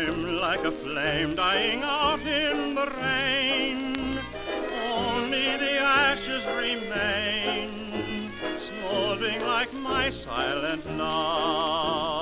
like a flame dying out in the rain. Only the ashes remain, smoldering like my silent now.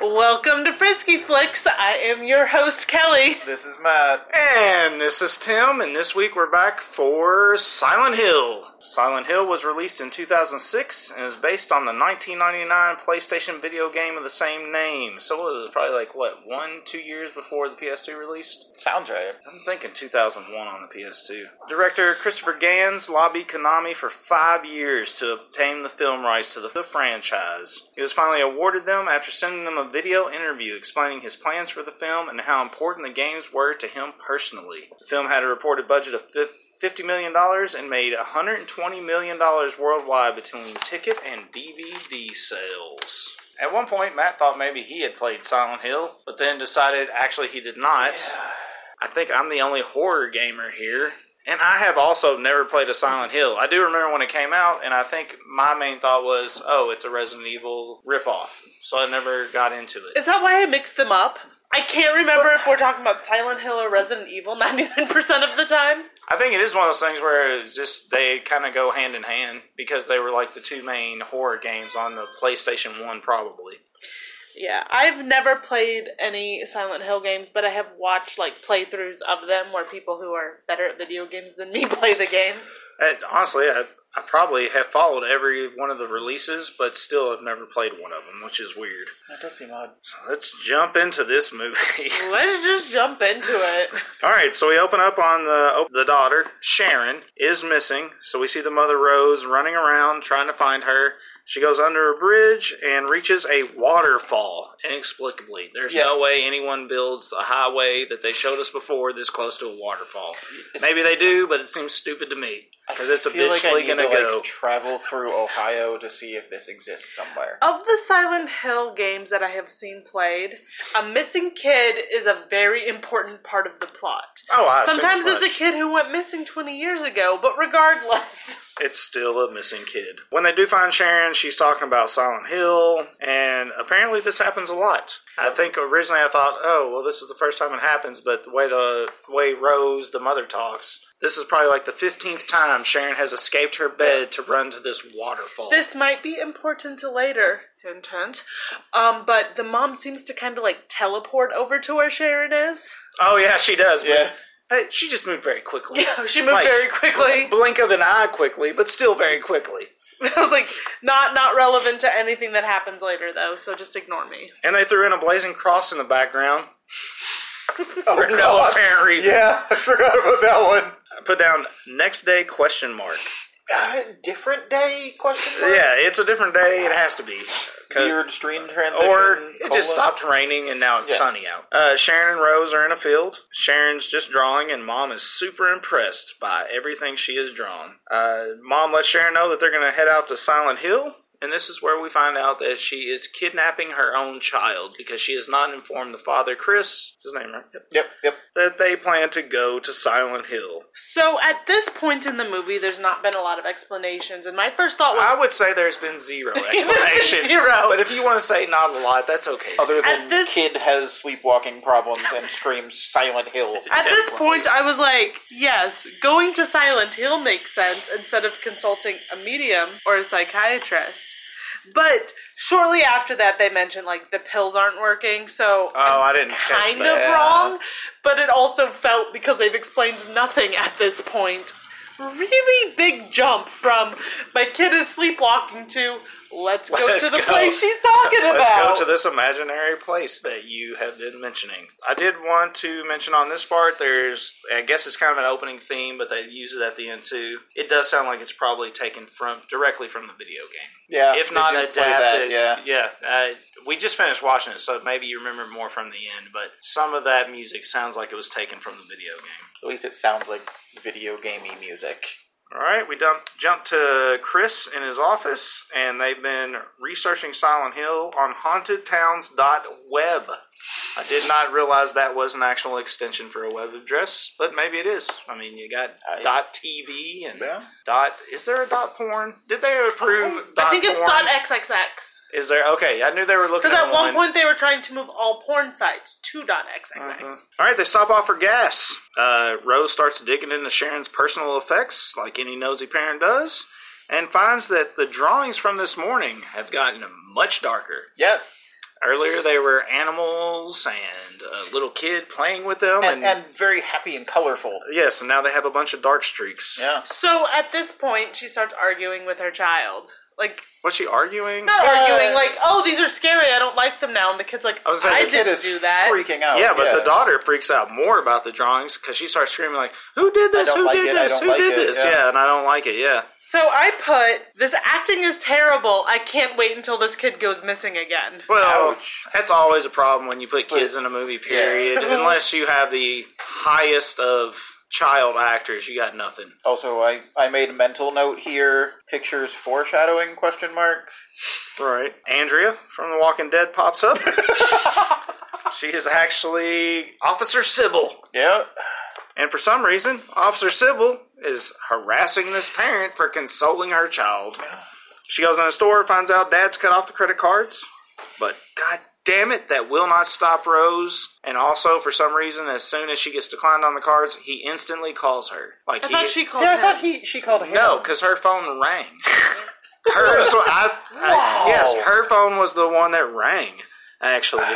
Welcome to Frisky Flicks. I am your host, Kelly. This is Matt. And this is Tim, and this week we're back for Silent Hill. Silent Hill was released in 2006 and is based on the 1999 PlayStation video game of the same name. So what was it probably like what one, two years before the PS2 released? Sounds right. I'm thinking 2001 on the PS2. Director Christopher Gans lobbied Konami for five years to obtain the film rights to the, the franchise. He was finally awarded them after sending them a video interview explaining his plans for the film and how important the games were to him personally. The film had a reported budget of fif- $50 million and made $120 million worldwide between ticket and DVD sales. At one point, Matt thought maybe he had played Silent Hill, but then decided actually he did not. I think I'm the only horror gamer here. And I have also never played a Silent Hill. I do remember when it came out, and I think my main thought was, oh, it's a Resident Evil ripoff. So I never got into it. Is that why I mixed them up? I can't remember if we're talking about Silent Hill or Resident Evil 99% of the time. I think it is one of those things where it's just they kind of go hand in hand because they were like the two main horror games on the PlayStation 1, probably. Yeah, I've never played any Silent Hill games, but I have watched like playthroughs of them where people who are better at video games than me play the games. And honestly, I, I probably have followed every one of the releases, but still have never played one of them, which is weird. That does seem odd. So let's jump into this movie. Let's just jump into it. All right, so we open up on the oh, the daughter Sharon is missing. So we see the mother Rose running around trying to find her. She goes under a bridge and reaches a waterfall inexplicably. There's no way anyone builds a highway that they showed us before this close to a waterfall. Maybe they do, but it seems stupid to me because it's I feel like I officially need going to to, like, go. travel through Ohio to see if this exists somewhere. Of the Silent Hill games that I have seen played, a missing kid is a very important part of the plot. Oh, I assume Sometimes as it's a much. kid who went missing 20 years ago, but regardless. It's still a missing kid. When they do find Sharon, she's talking about Silent Hill, and apparently this happens a lot. I think originally I thought, oh, well, this is the first time it happens, but the way the way Rose, the mother, talks, this is probably like the fifteenth time Sharon has escaped her bed to run to this waterfall. This might be important to later. Hint, hint. Um, but the mom seems to kind of like teleport over to where Sharon is. oh yeah, she does. but- Yeah. Hey, she just moved very quickly. Yeah, she moved Like, very quickly. Blink of an eye, quickly, but still very quickly. I was like, not not relevant to anything that happens later though, so just ignore me. And they threw in a blazing cross in the background Oh, for no apparent reason. Yeah, I forgot about that one. I put down next day question mark. Uh, different day? Question mark. Yeah, it's a different day. It has to be. 'Cause- Weird stream transition. Or it just colon. stopped raining and now it's Yeah. sunny out. Uh, Sharon and Rose are in a field. Sharon's just drawing, and Mom is super impressed by everything she has drawn. Uh, Mom lets Sharon know that they're going to head out to Silent Hill. And this is where we find out that she is kidnapping her own child because she has not informed the father, Chris, is his name, right? Yep. Yep, yep. That they plan to go to Silent Hill. So at this point in the movie, there's not been a lot of explanations, and my first thought was, I would say there's been zero been Ah, explanation. zero. But if you want to say not a lot, that's okay. too. Other than this- kid has sleepwalking problems and screams Silent Hill. at this point, I was like, yes, going to Silent Hill makes sense instead of consulting a medium or a psychiatrist. But shortly after that, they mentioned like the pills aren't working, so Oh, I didn't catch kind that. of wrong. But it also felt because they've explained nothing at this point. Really big jump from my kid is sleepwalking to let's go Let's to the go. place she's talking Let's about. go to this imaginary place that you have been mentioning. I did want to mention on this part, there's, I guess it's kind of an opening theme, but they use it at the end too. It does sound like it's probably taken from directly from the video game, yeah, if they not do Uh, play that, adapted. yeah. yeah. Uh, we just finished watching it, so maybe you remember more from the end. But some of that music sounds like it was taken from the video game. At least it sounds like video gamey music. All right, we dump, jump to Chris in his office, and they've been researching Silent Hill on hauntedtowns.web. I did not realize that was an actual extension for a web address, but maybe it is. I mean, you got I- dot .tv and Yeah. dot. Is there a dot porn? Did they approve? I think it's porn? dot XXX. Is there? Okay, I knew they were looking Because at one one point they were trying to move all porn sites to .xxx. Mhm. All right, they stop off for gas. Uh, Rose starts digging into Sharon's personal effects, like any nosy parent does, and finds that the drawings from this morning have gotten much darker. Yes. Earlier, they were animals and a little kid playing with them, And, and very happy and colorful. yes, and now they have a bunch of dark streaks. Yeah. So at this point, she starts arguing with her child, like Was she arguing? not Uh, arguing, like "Oh, these are scary. I don't like them now." And the kid's like, I "I, was saying the Kid didn't is do that." Freaking out. Yeah, but the daughter freaks out more about the drawings because she starts screaming like, "Who did this? I don't Who like did it. I this? don't Who like did it." this?" Yeah. yeah, and I don't like it. Yeah. So I put this acting is terrible. I can't wait until this kid goes missing again. Well, Ouch. that's always a problem when you put kids in a movie. Period. Yeah. Unless you have the highest of child actors, you got nothing. Also, I, I made a mental note here. Pictures foreshadowing? Question mark. Right. Andrea from The Walking Dead pops up. she is actually Officer Sybil, Yeah. and for some reason, Officer Sybil is harassing this parent for consoling her child. She goes in the store, finds out Dad's cut off the credit cards, but god damn it, that will not stop Rose. And also, for some reason, as soon as she gets declined on the cards, he instantly calls her. Like I he, thought she called See, I him. thought he she called him. no, because her phone rang. Hers, wa- I, I- Wow. yes, her phone was the one that rang actually.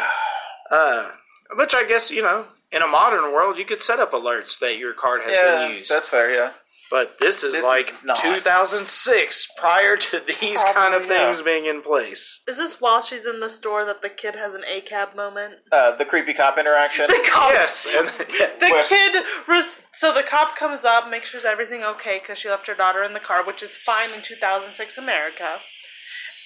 Uh, which I guess you know, in a modern world, you could set up alerts that your card has yeah, been used. that's fair. Yeah. But this is This like is not. 2006, prior to these kind of Probably, yeah. things being in place. Is this while she's in the store that the kid has an ACAB moment? Uh, the creepy cop interaction. The cop, Yes, and the Well- kid. Res- so the cop comes up, makes sure everything okay because she left her daughter in the car, which is fine in 2006 America.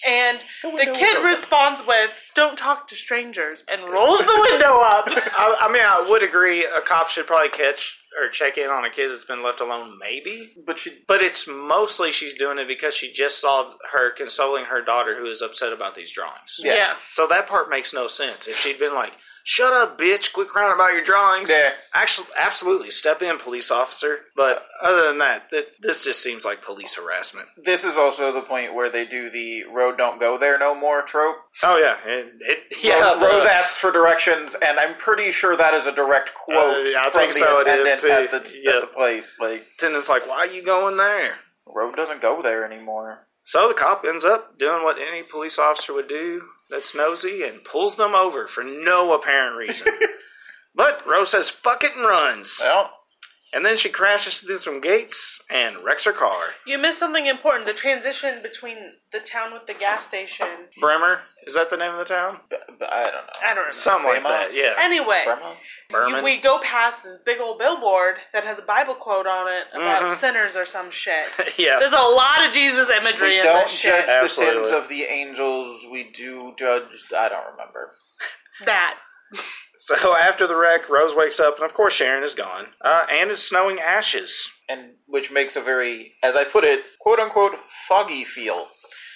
And the kid responds with, "Don't talk to strangers," and rolls the window up. I, I mean, I would agree. A cop should probably catch or check in on a kid that's been left alone, maybe. but she But it's mostly she's doing it because she just saw her consoling her daughter who is upset about these drawings. yeah. Yeah. So that part makes no sense. If she'd been like, "Shut up, bitch! Quit crying about your drawings," Yeah. actually, absolutely, step in, police officer. But other than that, th- this just seems like police harassment. This is also the point where they do the road don't go there no more trope. Oh yeah, it, it, yeah. Rose, the- Rose asks for directions, and I'm pretty sure that is a direct Uh, quote. yeah, I from think the so it is, attendant At too. the, Yeah. at the place, like Attendant's like, "Why are you going there?" road doesn't go there anymore. So the cop ends up doing what any police officer would do that's nosy and pulls them over for no apparent reason. but Rose says, fuck it and runs. Well, And then she crashes through some gates and wrecks her car. You missed something important: the transition between the town with the gas station. Bremer, is that the name of the town? b- b- I don't know. I don't remember. Something like Bremer? that, yeah. Anyway, Burma? Berman. You- we go past this big old billboard that has a Bible quote on it about Mhm. sinners or some shit. yeah. There's a lot of Jesus imagery We in don't this judge shit. the Absolutely. sins of the angels. We do judge. I don't remember. That. So after the wreck, Rose wakes up, and of course Sharon is gone. Uh, and it's snowing ashes. and which makes a very, as I put it, quote unquote, foggy feel.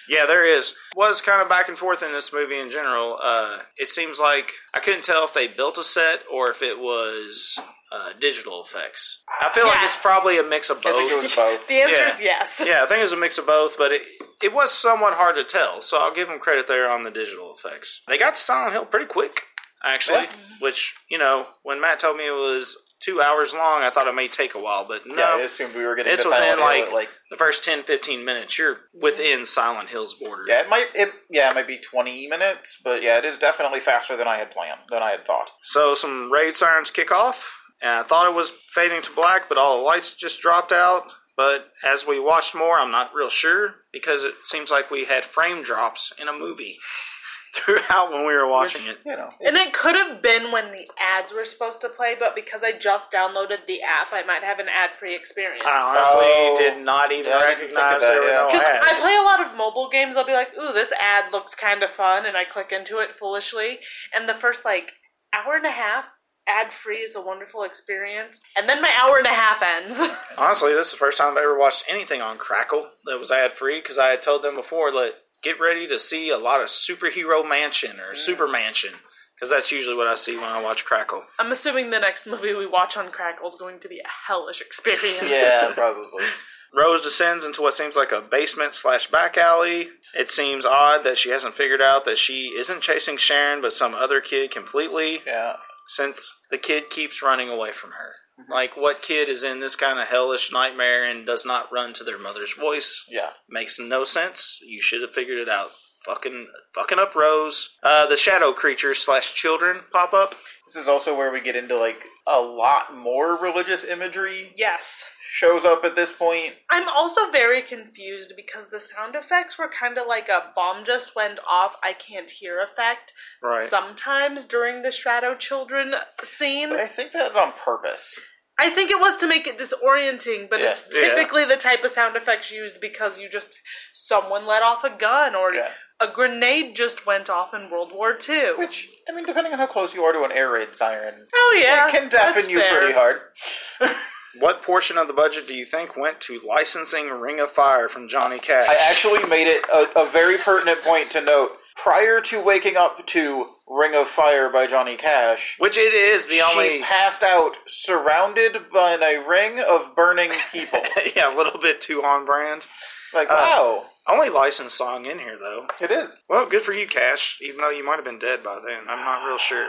Yeah, there is. Was kind of back and forth in this movie in general. Uh, it seems like I couldn't tell if they built a set or if it was uh, digital effects. I feel like it's Yes. probably a mix of I think it was both. both. The answer Yeah. is yes. yeah, I think it was a mix of both, but it it was somewhat hard to tell. So I'll give them credit there on the digital effects. They got to Silent Hill pretty quick, actually. Yeah. Which you know, when Matt told me it was two hours long, I thought it may take a while, but no. Yeah, I assumed we were getting It's to within, Silent Hill like- at, like the first 10, 15 minutes, you're within Silent Hill's border. yeah, it might it yeah, it might be twenty minutes, but yeah, it is definitely faster than I had planned than I had thought. So some raid sirens kick off, and I thought it was fading to black, but all the lights just dropped out. But as we watched more, I'm not real sure because it seems like we had frame drops in a movie throughout when we were watching it. You know, And it could have been when the ads were supposed to play, but because I just downloaded the app, I might have an ad free experience. I Because honestly Oh. did not even Yeah, I didn't think of recognize that, there were yeah. no ads. I play a lot of mobile games. I'll be like, ooh, this ad looks kind of fun. And I click into it foolishly. And the first, like, hour and a half, ad free is a wonderful experience. And then my hour and a half ends. Honestly, this is the first time I've ever watched anything on Crackle that was ad free because I had told them before, like, get ready to see a lot of superhero mansion or super mansion because that's usually what I see when I watch Crackle. I'm assuming the next movie we watch on Crackle is going to be a hellish experience. Yeah, probably. Rose descends into what seems like a basement slash back alley. It seems odd that she hasn't figured out that she isn't chasing Sharon, but some other kid completely, Yeah. since the kid keeps running away from her. Mm-hmm. Like, what kid is in this kind of hellish nightmare and does not run to their mother's voice? Yeah. Makes no sense. You should have figured it out. Fucking, fucking up, Rose. Uh, the shadow creatures slash children pop up. This is also where we get into like a lot more religious imagery Yes. shows up at this point. I'm also very confused because the sound effects were kind of like a bomb just went off, I can't hear effect sometimes during the Shadow Children scene. But I think that's on purpose. I think it was to make it disorienting, but Yeah. it's Yeah. typically the type of sound effects used because you just someone let off a gun or Yeah. a grenade just went off in World War II. Which, I mean, depending on how close you are to an air raid siren, Oh yeah, it can deafen that's you fair. pretty hard. What portion of the budget do you think went to licensing Ring of Fire from Johnny Cash? I actually made it a, a very pertinent point to note. Prior to waking up to Ring of Fire by Johnny Cash, Which it is the she only. passed out surrounded by a ring of burning people. yeah, a little bit too on brand. like, Uh, wow, Only licensed song in here, though. it is. Well, good for you, Cash, even though you might have been dead by then. I'm not real sure.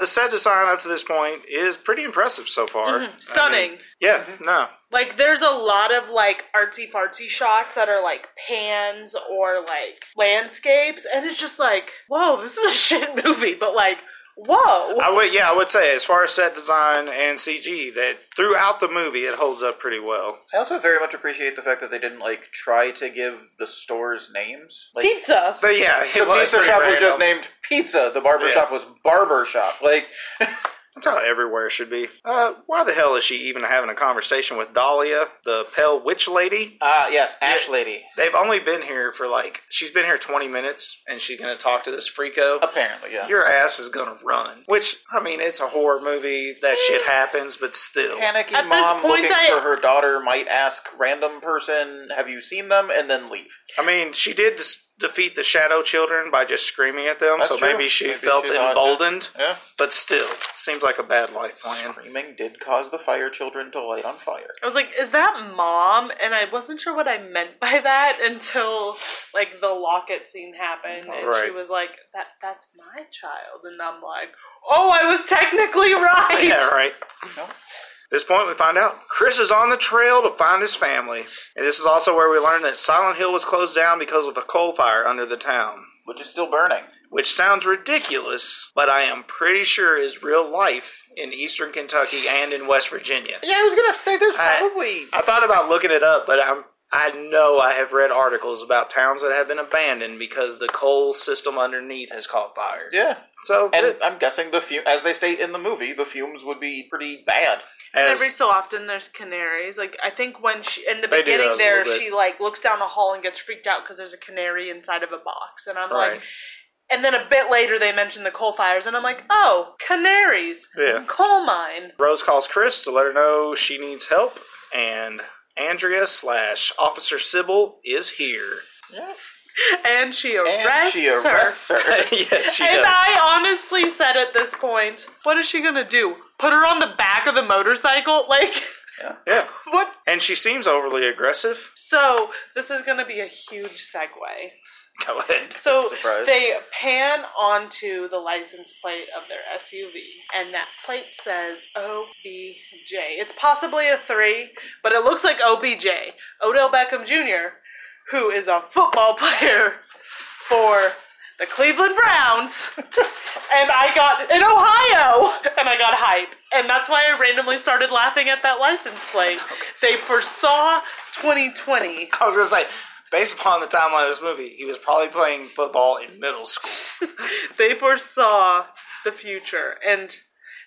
The set design up to this point is pretty impressive so far. I mean, Mm-hmm. Stunning. yeah, no. Like there's a lot of like artsy fartsy shots that are like pans or like landscapes, and it's just like, whoa, this is a shit movie, but like, whoa. I would, yeah, I would say as far as set design and CG, that throughout the movie it holds up pretty well. I also very much appreciate the fact that they didn't like try to give the stores names. Like Pizza. But yeah, it the was pizza pretty shop was random. just named Pizza. The barber Yeah. shop was Barber Shop. Like, That's how everywhere should be. Uh, why the hell is she even having a conversation with Dahlia, the pale witch lady? ah, yes, Ash Lady. They've only been here for like she's been here twenty minutes, and she's gonna talk to this freako. Apparently, yeah. Your ass is gonna run. Which I mean, it's a horror movie. That shit happens, but still, Panicky At this mom point, looking I- for her daughter might ask random person, "Have you seen them?" and then leave. I mean, she did s- defeat the shadow children by just screaming at them. That's so true. maybe she Maybe felt she thought- emboldened, Yeah. but still, seems like a bad life plan. Screaming did cause the fire children to light on fire. I was like, is that mom? And I wasn't sure what I meant by that until like the locket scene happened and she Right. was like, That that's my child and I'm like, Oh, I was technically right. Yeah, right. No. This point, we find out Chris is on the trail to find his family, and this is also where we learn that Silent Hill was closed down because of a coal fire under the town, Which is still burning. which sounds ridiculous, but I am pretty sure is real life in eastern Kentucky and in West Virginia. Yeah, I was gonna say there's I- probably I thought about looking it up, but I'm I know I have read articles about towns that have been abandoned because the coal system underneath has caught fire. yeah, So, and I'm guessing the fume, as they state in the movie, the fumes would be pretty bad. as- Every so often there's canaries. Like I think when she in the They do beginning those a little there bit. she like looks down a hall and gets freaked out because there's a canary inside of a box and I'm right. like and then a bit later they mention the coal fires and I'm like, Oh, canaries. Yeah. Coal mine. Rose calls Chris to let her know she needs help, and Andrea slash Officer Sybil is here. Yeah. And she arrests, And she her. arrests her. yes, she and does. I honestly said at this point, what is she gonna do? Put her on the back of the motorcycle? Like, yeah, what? and she seems overly aggressive. So, this is gonna be a huge segue. Go ahead. So, Surprise. they pan onto the license plate of their SUV, and that plate says OBJ. It's possibly a three, but it looks like OBJ. Odell Beckham Jr., who is a football player for the Cleveland Browns. and I got in Ohio, and I got hype, and that's why I randomly started laughing at that license plate. They foresaw 2020. I was gonna say, based upon the timeline of this movie, he was probably playing football in middle school. They foresaw the future, and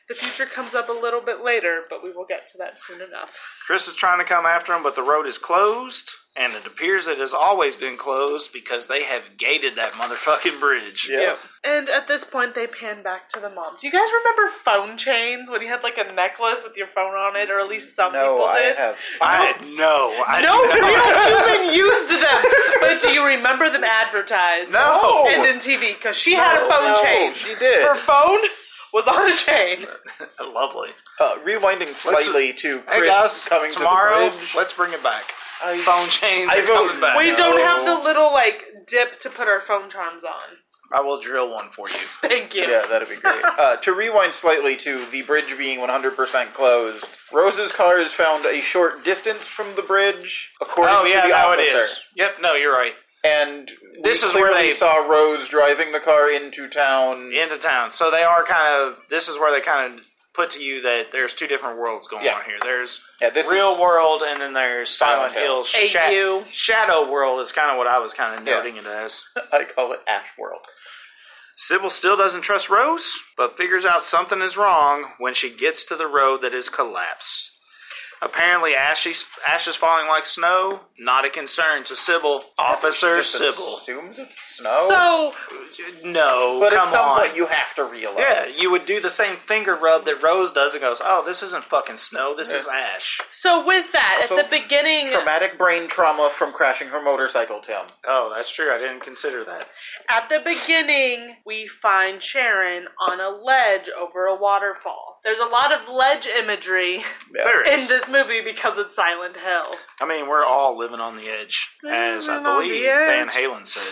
the future comes up a little bit later, but we will get to that soon enough. Chris is trying to come after him, but the road is closed. and it appears it has always been closed because they have gated that motherfucking bridge. Yeah. And at this point, they pan back to the mom. Do you guys remember phone chains when you had like a necklace with your phone on it, or at least some No, people I did? have. I no, I No do not. real human used them, but do you remember them advertised? No. and in TV because she had a phone no, chain. She did. Her phone was on a chain. Lovely. Uh, rewinding slightly to Chris hey guys, coming tomorrow, to the bridge. let's bring it back. I- Phone chains I are vote- coming back. We No. don't have the little like dip to put our phone charms on. I will drill one for you. Thank you. Yeah, that'd be great. Uh, to rewind slightly to the bridge being 100% closed, Rose's car is found a short distance from the bridge, according Oh to yeah, the now officer. it is. Yep, no, you're right. And This we is where clearly they- saw Rose driving the car into town. Into town. So they are kind of. This is where they kind of put to you that there's two different worlds going Yeah. on here. There's yeah, this real is, world, and then there's Silent Silent Hill. Hill. AU. shadow world is kind of what I was kind of Yeah. noting it as. I call it Ash World. Sybil still doesn't trust Rose, but figures out something is wrong when she gets to the road that is collapsed. Apparently, ash is, ash is falling like snow. Not a concern to Sybil. Officer Just Sybil. assumes it's snow. So No, but come at some on. point you have to realize. yeah, you would do the same finger rub that Rose does and goes, "Oh, this isn't fucking snow. This is ash." so with that, Also, at the beginning Traumatic brain trauma from crashing her motorcycle, Tim. Oh, that's true. I didn't consider that. At the beginning, we find Sharon on a ledge over a waterfall. There's a lot of ledge imagery There it in is. this movie because it's Silent Hill. I mean, we're all living on the edge, as I Living on the believe Van edge. Halen said.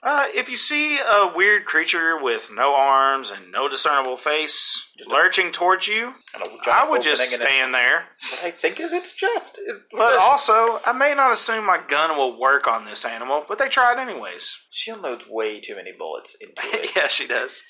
Uh, if you see a weird creature with no arms and no discernible face lurching towards you, And a giant I would just opening in it. stand there. What I think is it's just. It, But also, I may not assume my gun will work on this animal, but they tried anyways. she unloads way too many bullets into it. yeah, she does.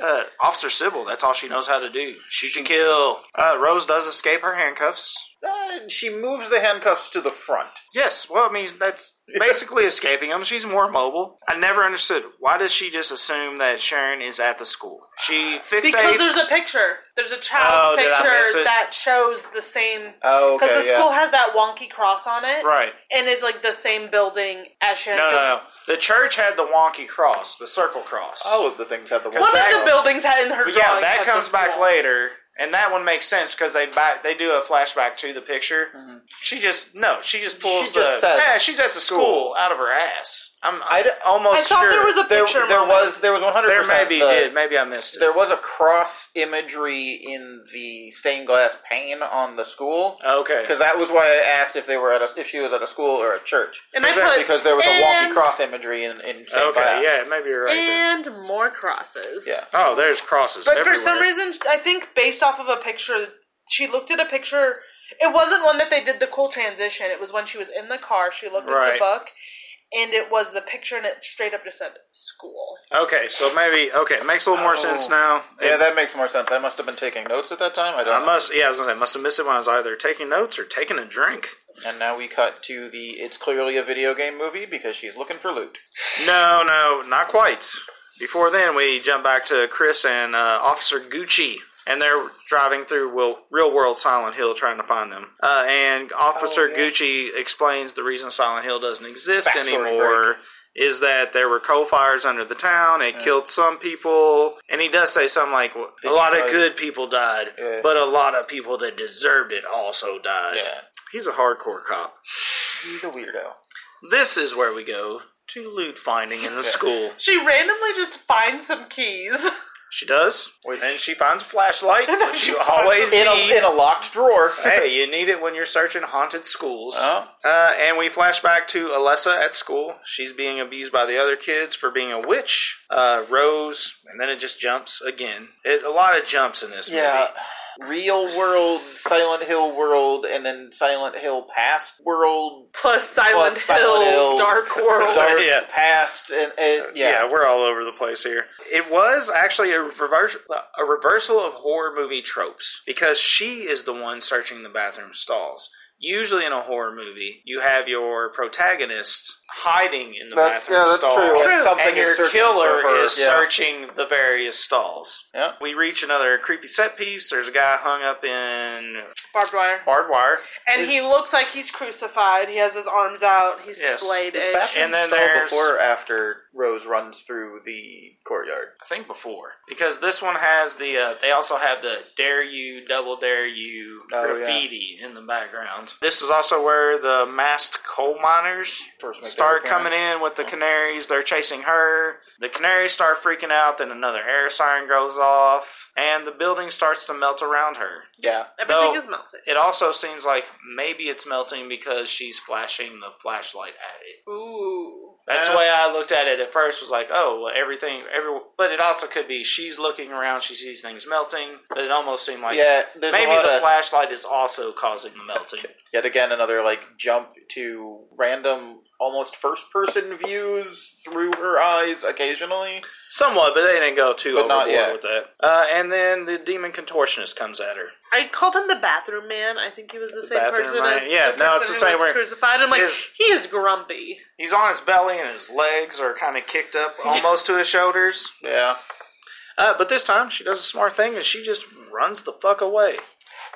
Uh, Officer Sybil, that's all she knows how to do. Shoot to kill. Uh, Rose does escape her handcuffs. Uh, she moves the handcuffs to the front. Yes, well, I mean that's basically escaping them. She's more mobile. I never understood why does she just assume that Sharon is at the school? She fixates. Because there's a picture. There's a child's Oh, did I miss picture it? that shows the same. Oh, Because okay, the school has that wonky cross on it. right. And is like the same building as No, Sharon. no, no. The church had the wonky cross, the circle cross. All of the things have the One One wall. of the buildings had in her But yeah, drawing that had Oh, the comes back school. later, and that one makes sense because they back they do a flashback to the picture. Mm-hmm. She just no, she just pulls She the just says yeah, she's at the school. school. out of her ass. I'm I almost I thought sure there was a There, picture. there moment. was there was 100. there maybe the, did maybe I missed it. There was a cross imagery in the stained glass pane on the school okay, because that was why I asked if they were at a, if she was at a school or a church And I Is that put, because there was a wonky and- cross imagery in, in stained okay, glass. yeah, maybe you're right. there. And more crosses. Yeah. Oh, there's crosses. But everywhere. for some reason, I think based off of a picture, she looked at a picture. It wasn't one that they did the cool transition. It was when she was in the car. She looked at Right. the book, and it was the picture, and it straight up just said school. Okay, so maybe okay it makes a little more Oh. sense now. Yeah, that makes more sense. I must have been taking notes at that time. I don't. I know. must. Yeah, I was gonna say, I must have missed it when I was either taking notes or taking a drink. And now we cut to the it's clearly a video game movie because she's looking for loot. No, no, not quite. Before then, we jump back to Chris and uh, Officer Gucci, and they're driving through real, real world Silent Hill trying to find them. Uh, and Officer Oh, yeah. Gucci explains the reason Silent Hill doesn't exist Backstory anymore. Is that there were coal fires under the town? It killed some people, and he does say something like, "A lot of Because- good people died, Yeah. but a lot of people that deserved it also died." He's a hardcore cop. He's a weirdo. This is where we go to loot finding in the school. She randomly just finds some keys. She does. Which- and she finds a flashlight, And then which she you finds- always In need. a, in a locked drawer. hey, you need it when you're searching haunted schools. Oh. Uh, and we flash back to Alessa at school. She's being abused by the other kids for being a witch. Uh, Rose, and then it just jumps again. It, a lot of jumps in this Yeah. movie. Real world, Silent Hill world, and then Silent Hill past world, Plus Silent, Plus Silent Hill, Hill. Dark World. dark Yeah. Uh, past, and, and Yeah. yeah. we're all over the place here. It was actually a reverse, a reversal of horror movie tropes because she is the one searching the bathroom stalls. Usually in a horror movie, you have your protagonist hiding in the That's- bathroom yeah, that's stall, true. True. Something and is your searching killer for her, is yeah. searching the various stalls. Yeah. We reach another creepy set piece. There's a guy hung up in Barbed wire. barbed wire, And he looks like he's crucified. He has his arms out. He's Yes. splayed Is Batman And then stalled there's- before or after Rose runs through the courtyard. I think before, because this one has the. Uh, they also have the "Dare You, Double Dare You" Oh, yeah. graffiti in the background. This is also where the masked coal miners First make their start appearance. coming in with the canaries. They're chasing her. The canaries start freaking out. Then another air siren goes off, and the building starts to melt around her. Yeah. Everything No. is melted. It also seems like maybe it's melting because she's flashing the flashlight at it. Ooh. That's Uh, the way I looked at it at first. Was like, oh, well, everything, every. But it also could be she's looking around, she sees things melting. But it almost seemed like yeah. There's maybe a lot the of, flashlight is also causing the melting. yet again another like jump to random almost first person views through her eyes occasionally. Somewhat, but they didn't go too But not overboard yet. with that. Uh, and then the demon contortionist comes at her. I called him the bathroom man. I think he was the, The same bathroom person man. as Yeah, the person no, it's the who same was way. crucified. I'm like, His- he is grumpy. He's on his belly, and his legs are kind of kicked up almost to his shoulders. Yeah. Uh, but this time, she does a smart thing, and she just runs the fuck away.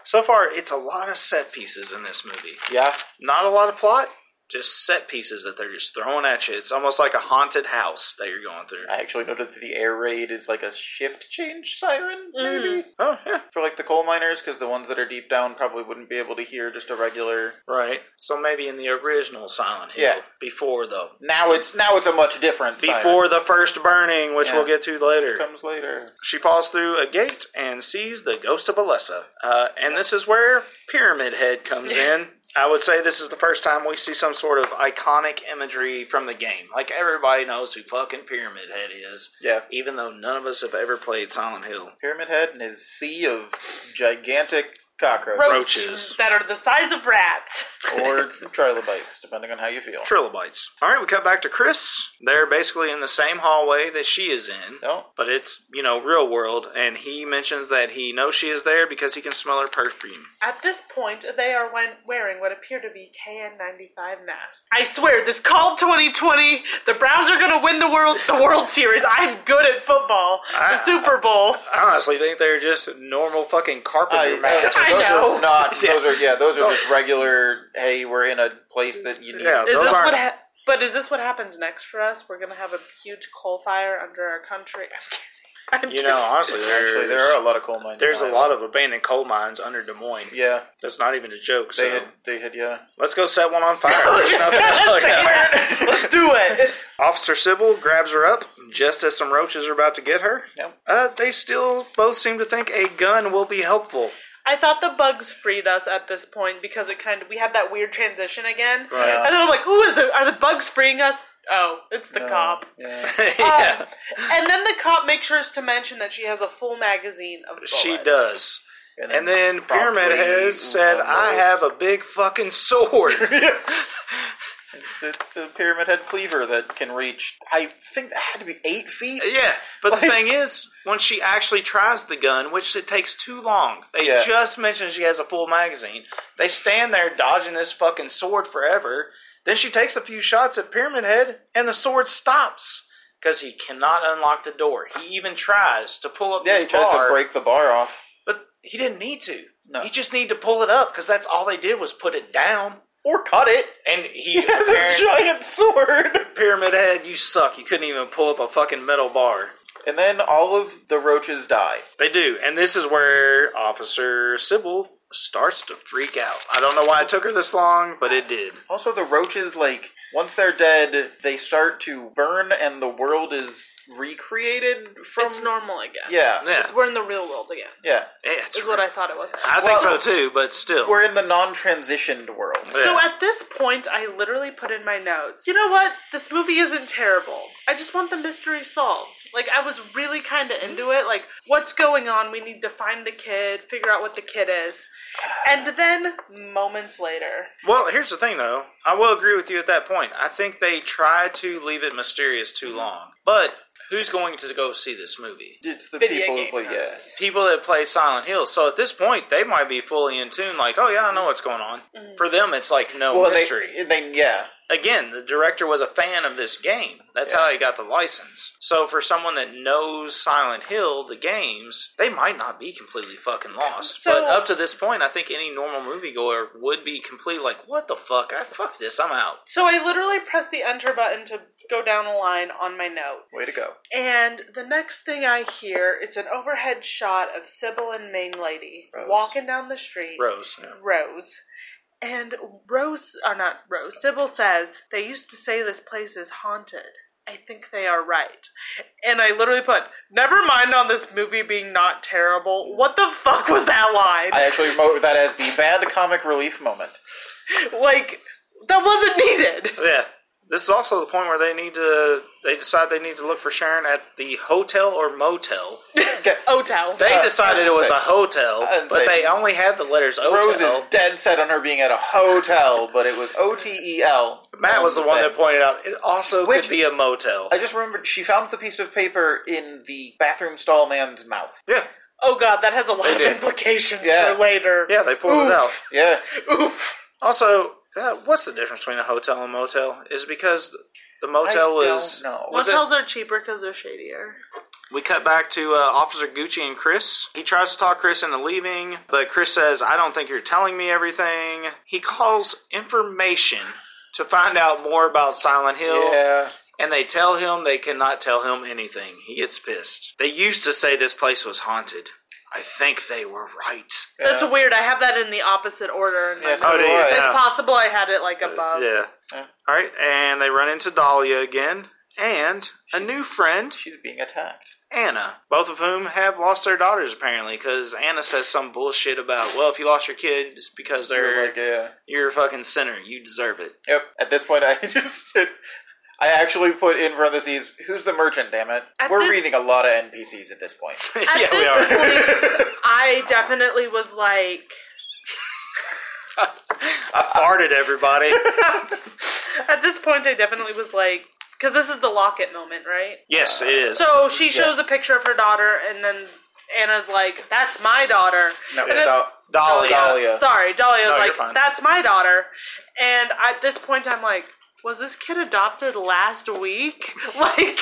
So far, it's a lot of set pieces in this movie. Yeah. not a lot of plot, just set pieces that they're just throwing at you. It's almost like a haunted house that you're going through. I actually noted that the air raid is like a shift change siren, maybe Oh yeah, for like the coal miners, because the ones that are deep down probably wouldn't be able to hear just a regular. right. So maybe in the original Silent Hill, Yeah. before the Now it's now it's a much different. siren. before the first burning, which Yeah. we'll get to later. comes later. She falls through a gate and sees the ghost of Alessa. Uh, and this is where Pyramid Head comes in. I would say this is the first time we see some sort of iconic imagery from the game. Like everybody knows who fucking Pyramid Head is, Yeah. even though none of us have ever played Silent Hill. Pyramid Head and his sea of gigantic cockroaches Roaches. that are the size of rats. or trilobites, depending on how you feel. trilobites. All right, we cut back to Chris. They're basically in the same hallway that she is in, No, but it's, you know, real world. And he mentions that he knows she is there because he can smell her perfume. At this point, they are wen- wearing what appear to be KN95 masks. I swear, this called 2020. The Browns are going to win the world, the World Series. I'm good at football. I- The Super Bowl. I honestly think they're just normal fucking carpenter I- masks. I those know. are not. Yeah. Oh. Those are yeah. Those are just regular. Hey, we're in a place that you need. Yeah, Is uh, those this aren't- what? Ha- but is this what happens next for us? We're going to have a huge coal fire under our country. I'm kidding. You know, honestly, there's, Actually, there are a lot of coal mines. there's in a Iowa. lot of abandoned coal mines under Des Moines. Yeah, That's not even a joke. they So had. They had. Yeah. let's go set one on fire. Let's There's do nothing to look at. it. Let's do it. Officer Sybil grabs her up just as some roaches are about to get her. Yep. Uh, they still both seem to think a gun will be helpful. I thought the bugs freed us at this point because it kind of we had that weird transition again. Right. And then I'm like, ooh, is the are the bugs freeing us? Oh, it's the No, cop. Yeah. yeah, Um, and then the cop makes sure to mention that she has a full magazine of bullets. she does. And then Pyramid promptly Head said, I unloads. have a big fucking sword. It's the pyramid head cleaver that can reach. I think that had to be eight feet. yeah, but the Like- thing is, when she actually tries the gun, which it takes too long, they Yeah. just mentioned she has a full magazine. They stand there dodging this fucking sword forever. Then she takes a few shots at Pyramid Head, and the sword stops because he cannot unlock the door. He even tries to pull up Yeah, this he tries bar, to break the bar off. but he didn't need to. No. He just needed to pull it up because that's all they did was put it down. Or cut it. And he, He has a apparent- giant sword. Pyramid Head, you suck. You couldn't even pull up a fucking metal bar. And then all of the roaches die. They do, and this is where Officer Sybil starts to freak out. I don't know why it took her this long, but it did. Also, the roaches, like, once they're dead, they start to burn and the world is recreated from. It's normal again. Yeah. Yeah, We're in the real world again. Yeah. it's. Is what I thought it was. I think so Well- too, but still. We're in the non transitioned world. Yeah. So at this point, I literally put in my notes. You know what? This movie isn't terrible. I just want the mystery solved. Like I was really kind of into it. Like what's going on? We need to find the kid, figure out what the kid is, and then moments later, Well, here's the thing, though. I will agree with you at that point. I think they tried to leave it mysterious too long. But who's going to go see this movie? It's the Video people who game play. Yeah. nerds. People that play Silent Hill. So at this point, they might be fully in tune, like, oh, yeah, I know what's going on. For them, it's like no Well, they, mystery. they yeah. Again, the director was a fan of this game. That's Yeah. how he got the license. So for someone that knows Silent Hill, the games, they might not be completely fucking lost. So- but up to this point, I think any normal moviegoer would be complete like, what the fuck? I fuck this. I'm out. so I literally pressed the enter button to go down a line on my note. Way to go. And the next thing I hear, it's an overhead shot of Sybil and Main Lady Rose. walking down the street. Rose. Rose. And Rose, or not Rose, Sybil says, they used to say this place is haunted. I think they are right. And I literally put, never mind on this movie being not terrible. What the fuck was that line? I actually wrote that as the bad comic relief moment. like, that wasn't needed. Yeah. This is also the point where they need to. They decide they need to look for Sharon at the hotel or motel. Okay. Otel. They Uh, decided it was a say- hotel, I'd but say- they only had the letters Rose is hotel. dead set on her being at a hotel, but it was O T E L. Matt was the one that pointed out it also Which- could be a motel. I just remembered she found the piece of paper in the bathroom stall man's mouth. yeah, oh god, that has a lot They of did. implications Yeah. for later. yeah, they pulled Oof. it out. Yeah. Oof. Also, uh, what's the difference between a hotel and motel? Is because the motel I don't was know. was it- Motels are cheaper because they're shadier. We cut back to uh, Officer Gucci and Chris. He tries to talk Chris into leaving, but Chris says, I don't think you're telling me everything. He calls information to find out more about Silent Hill, Yeah. and they tell him they cannot tell him anything. He gets pissed. They used to say this place was haunted. I think they were right. That's Yeah. weird. I have that in the opposite order. In my Yeah, so notes. do I. It's Oh, Yeah. Uh, possible I had it like above. yeah. Yeah. All right, and they run into Dahlia again, and a new friend, She's being attacked. Anna, both of whom have lost their daughters apparently, because Anna says some bullshit about, well, if you lost your kid, it's because You're they're like, yeah. you're a fucking sinner, you deserve it. Yep. At this point, I just. I actually put in parentheses, who's the merchant, damn it? At We're this- reading a lot of NPCs at this point. At yeah, we are. this point, I definitely was like, I farted everybody. at this point, I definitely was like, because this is the locket moment, right? yes, it is. So she shows a picture of her daughter, and then Anna's like, "That's my daughter." No, And then- Dal- Dahlia. Dahlia. Sorry, Dahlia's No, you're like, fine. "That's my daughter," and at this point, I'm like, "Was this kid adopted last week?" Like.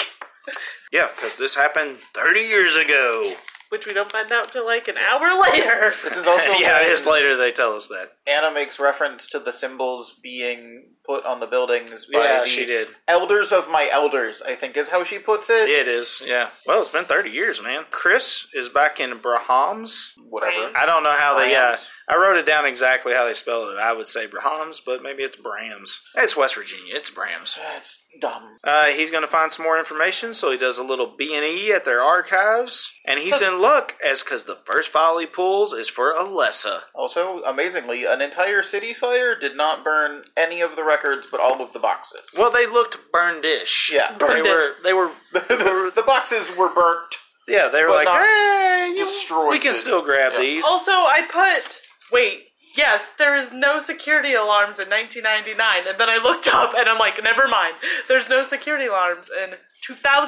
yeah, because this happened 30 years ago. Which we don't find out till like an hour later. This is also um, yeah, it when is later they tell us that. Anna makes reference to the symbols being put on the buildings by Yeah, the she did. elders of my elders, I think is how she puts it. It is, yeah. Well, it's been 30 years, man. Chris is back in Brahms. Whatever. I don't know how they. Yeah, Brahms. I wrote it down exactly how they spelled it. I would say Brahms, but maybe it's Brams. It's West Virginia. It's Brams. That's dumb. Uh, he's going to find some more information, so he does a little B and E at their archives, and he's in luck as because the first file he pulls is for Alessa. Also, amazingly, an entire city fire did not burn any of the records but all of the boxes. Well, they looked burnedish. Yeah. they Burnedish. were. They were. the, the boxes were burnt. Yeah, they were But like, not hey, you- destroyed we can it." still grab Yeah. these. Also, I put wait. Yes, there is no security alarms in 1999, and then I looked up and I'm like, never mind. There's no security alarms in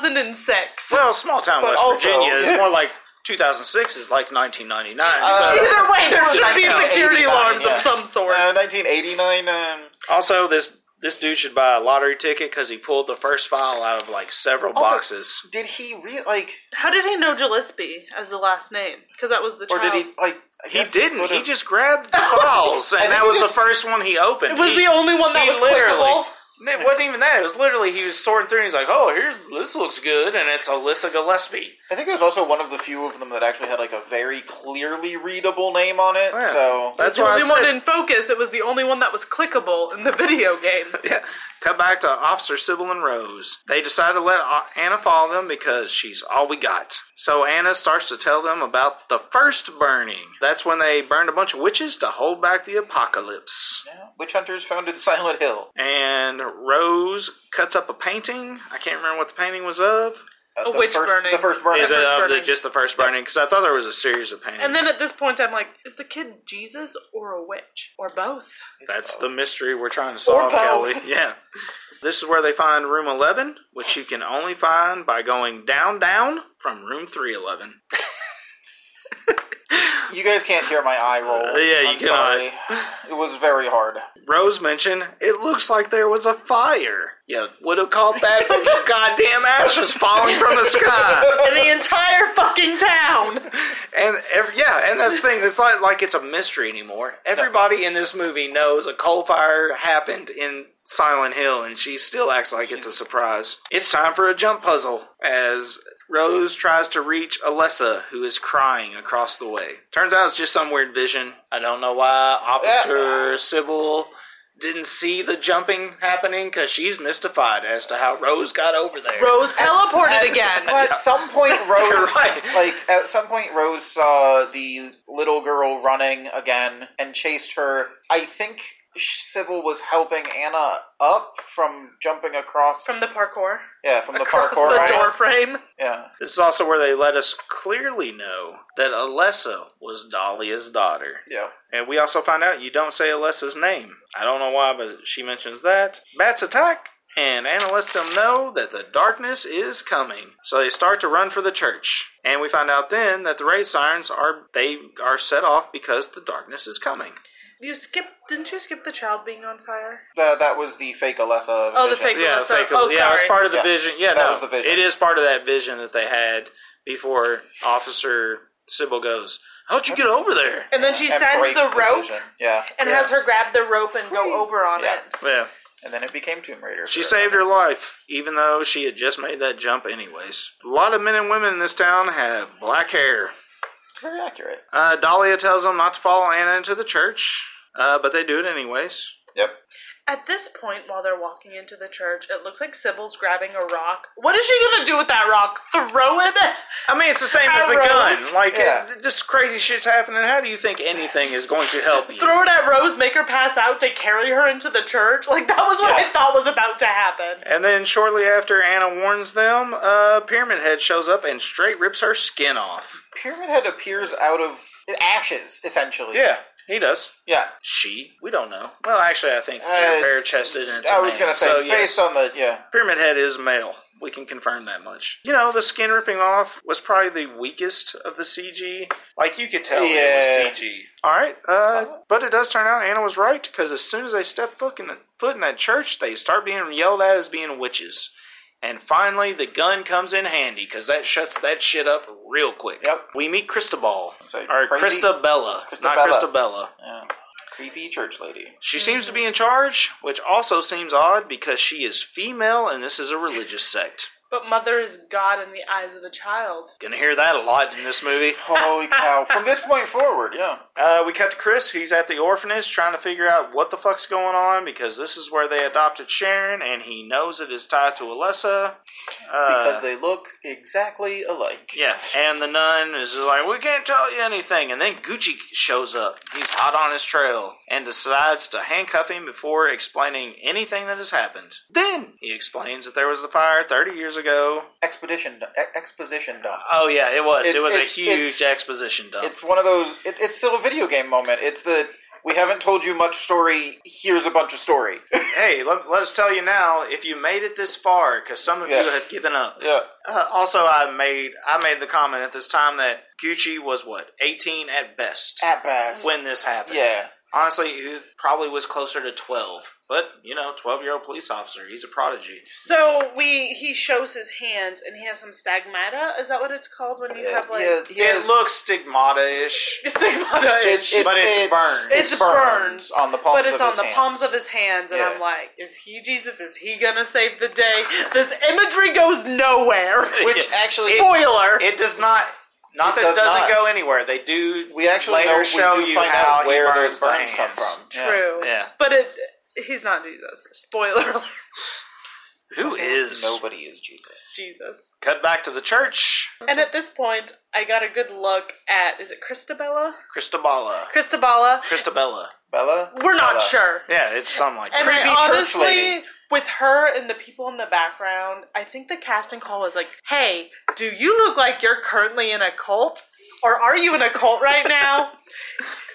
2006. well, small town But West also- Virginia is more like 2006 is like 1999. Uh, so. Either way, there should be 1989, security alarms yeah. of some sort. Uh, 1989. Um, Also, this this dude should buy a lottery ticket because he pulled the first file out of like several Also- boxes. did he re- like, How did he know Gillespie as the last name? Because that was the or child. did he like? I He guess didn't. He could've- just grabbed the files, I and think that he was just- the first one he opened. It was He- the only one that he was literally- clickable. It wasn't even that. It was literally he was sorting through. and He's like, "Oh, here's this looks good," and it's Alyssa Gillespie. I think it was also one of the few of them that actually had like a very clearly readable name on it. Yeah. So That's the why I only one said. in focus. It was the only one that was clickable in the video game. Yeah. Cut back to Officer Sybil and Rose. They decide to let uh, Anna follow them because she's all we got. So Anna starts to tell them about the first burning. That's when they burned a bunch of witches to hold back the apocalypse. Yeah. witch hunters founded Silent Hill. And Rose cuts up a painting. I can't remember what the painting was of. Uh, A the witch first, burning. The first burning. Is it first of the, burning. just the first burning? Because I thought there was a series of paintings. And then at this point, I'm like, is the kid Jesus or a witch or both? That's the mystery we're trying to solve, Kelly. both. Yeah. This is where they find room 11, which you can only find by going down, down from room 311. You guys can't hear my eye roll. Uh, yeah, you I'm cannot. sorry. It was very hard. Rose mentioned it looks like there was a fire. Yeah, would have called that from the goddamn ashes falling from the sky. In the entire fucking town. And every, yeah, and that's the thing. It's not like it's a mystery anymore. Everybody in this movie knows a coal fire happened in Silent Hill, and she still acts like it's a surprise. It's time for a jump puzzle as Rose tries to reach Alessa, who is crying across the way. Turns out it's just some weird vision. I don't know why Officer Sybil didn't see the jumping happening because she's mystified as to how Rose got over there. Rose teleported again. Well, at some point, Rose, right. like at some point, Rose saw the little girl running again and chased her. I think Sybil was helping Anna up from jumping across. From the parkour. yeah, from the across parkour. the right? door frame. Yeah. This is also where they let us clearly know that Alessa was Dahlia's daughter. Yeah. And we also find out you don't say Alessa's name. I don't know why, but she mentions that. Bats attack, and Anna lets them know that the darkness is coming. So they start to run for the church. And we find out then that the raid sirens are they are set off because the darkness is coming. You skipped, didn't you skip the child being on fire? Uh, that was the fake Alessa. Oh, the vision. fake- Yeah, Oh, sorry. fake, Oh, yeah, it's sorry. part of the Yeah, vision. Yeah, that no, was the vision. it is part of that vision that they had before Officer Sybil goes. How'd you get over there? And then she And sends breaks the rope vision. Yeah. and Yeah. has her grab the rope and go over on Yeah. it. Yeah, And then it became Tomb Raider. she for- saved her life, even though she had just made that jump, anyways. A lot of men and women in this town have black hair. Very accurate. Uh, Dahlia tells them not to follow Anna into the church, uh, but they do it anyways. Yep. At this point, while they're walking into the church, it looks like Sybil's grabbing a rock. What is she gonna do with that rock? Throw it? I mean, it's the same as the Arrows. gun. Like, Yeah. uh, just crazy shit's happening. How do you think anything is going to help you? Throw it at Rose, make her pass out to carry her into the church? Like, that was what Yeah. I thought was about to happen. And then shortly after Anna warns them, uh, Pyramid Head shows up and straight rips her skin off. Pyramid Head appears out of ashes, essentially. Yeah, he does. Yeah. She? We don't know. Well, actually, I think Uh, they're bare chested and it's I a was man. gonna say, so, based yes, on the yeah, Pyramid Head is male. We can confirm that much. You know, the skin ripping off was probably the weakest of the CG. Like, you could tell Yeah. it was CG. All right, uh, but it does turn out Anna was right because as soon as they step foot in, foot in that church, they start being yelled at as being witches. And finally, the gun comes in handy because that shuts that shit up real quick. Yep. We meet Cristobal So, or crazy- Christabella, not Christabella. Christabella. yeah. creepy church lady. She seems to be in charge, which also seems odd because she is female and this is a religious sect. But mother is God in the eyes of the child. Gonna hear that a lot in this movie. Holy cow! From this point forward, yeah, Uh, we cut to Chris, who's at the orphanage trying to figure out what the fuck's going on because this is where they adopted Sharon and he knows it is tied to Alessa. Uh, because they look exactly alike. yeah, and the nun is just like, we can't tell you anything. And then Gucci shows up. He's hot on his trail and decides to handcuff him before explaining anything that has happened. Then he explains that there was a fire 30 years ago. Expedition, e- exposition dump. Oh, yeah, it was. it It's- was a it's- huge it's- exposition dump. It's one of those. It, it's still a video game moment. It's the we haven't told you much story. Here's a bunch of story. hey, let, let us tell you now if you made it this far, because some of Yeah. you have given up. yeah, Uh, also, I made I made the comment at this time that Gucci was what 18 at best at best. when this happened. yeah, Honestly, he was- probably was closer to 12. But, you know, 12 year old police officer, he's a prodigy. So we he shows his hand and he has some stigmata. Is that what it's called when you have like yeah. He has, It looks stigmata ish. stigmata? it- but it's burned. It's It's burns burns, on the palms. but it's of on his the hands. palms of his hands, and Yeah. I'm like, is he Jesus? Is he gonna save the day? this imagery goes nowhere. Which Yeah. actually, Spoiler. It does not, not that It it does doesn't not. go anywhere. They do we actually later know, show we do you find how out he where burns those the burns come hands. from. Yeah. True. Yeah. But it he's not Jesus. Spoiler. alert. Who is? Nobody is Jesus. Jesus. Cut back to the church. And at this point, I got a good look at is it Christabella? Christabella. Christabella. Christabella. Bella? We're not Bella. sure. Yeah, it's something like And that. Creepy I church honestly, lady. with her and the people in the background, I think the casting call was like, "Hey, do you look like you're currently in a cult, or are you in a cult right now?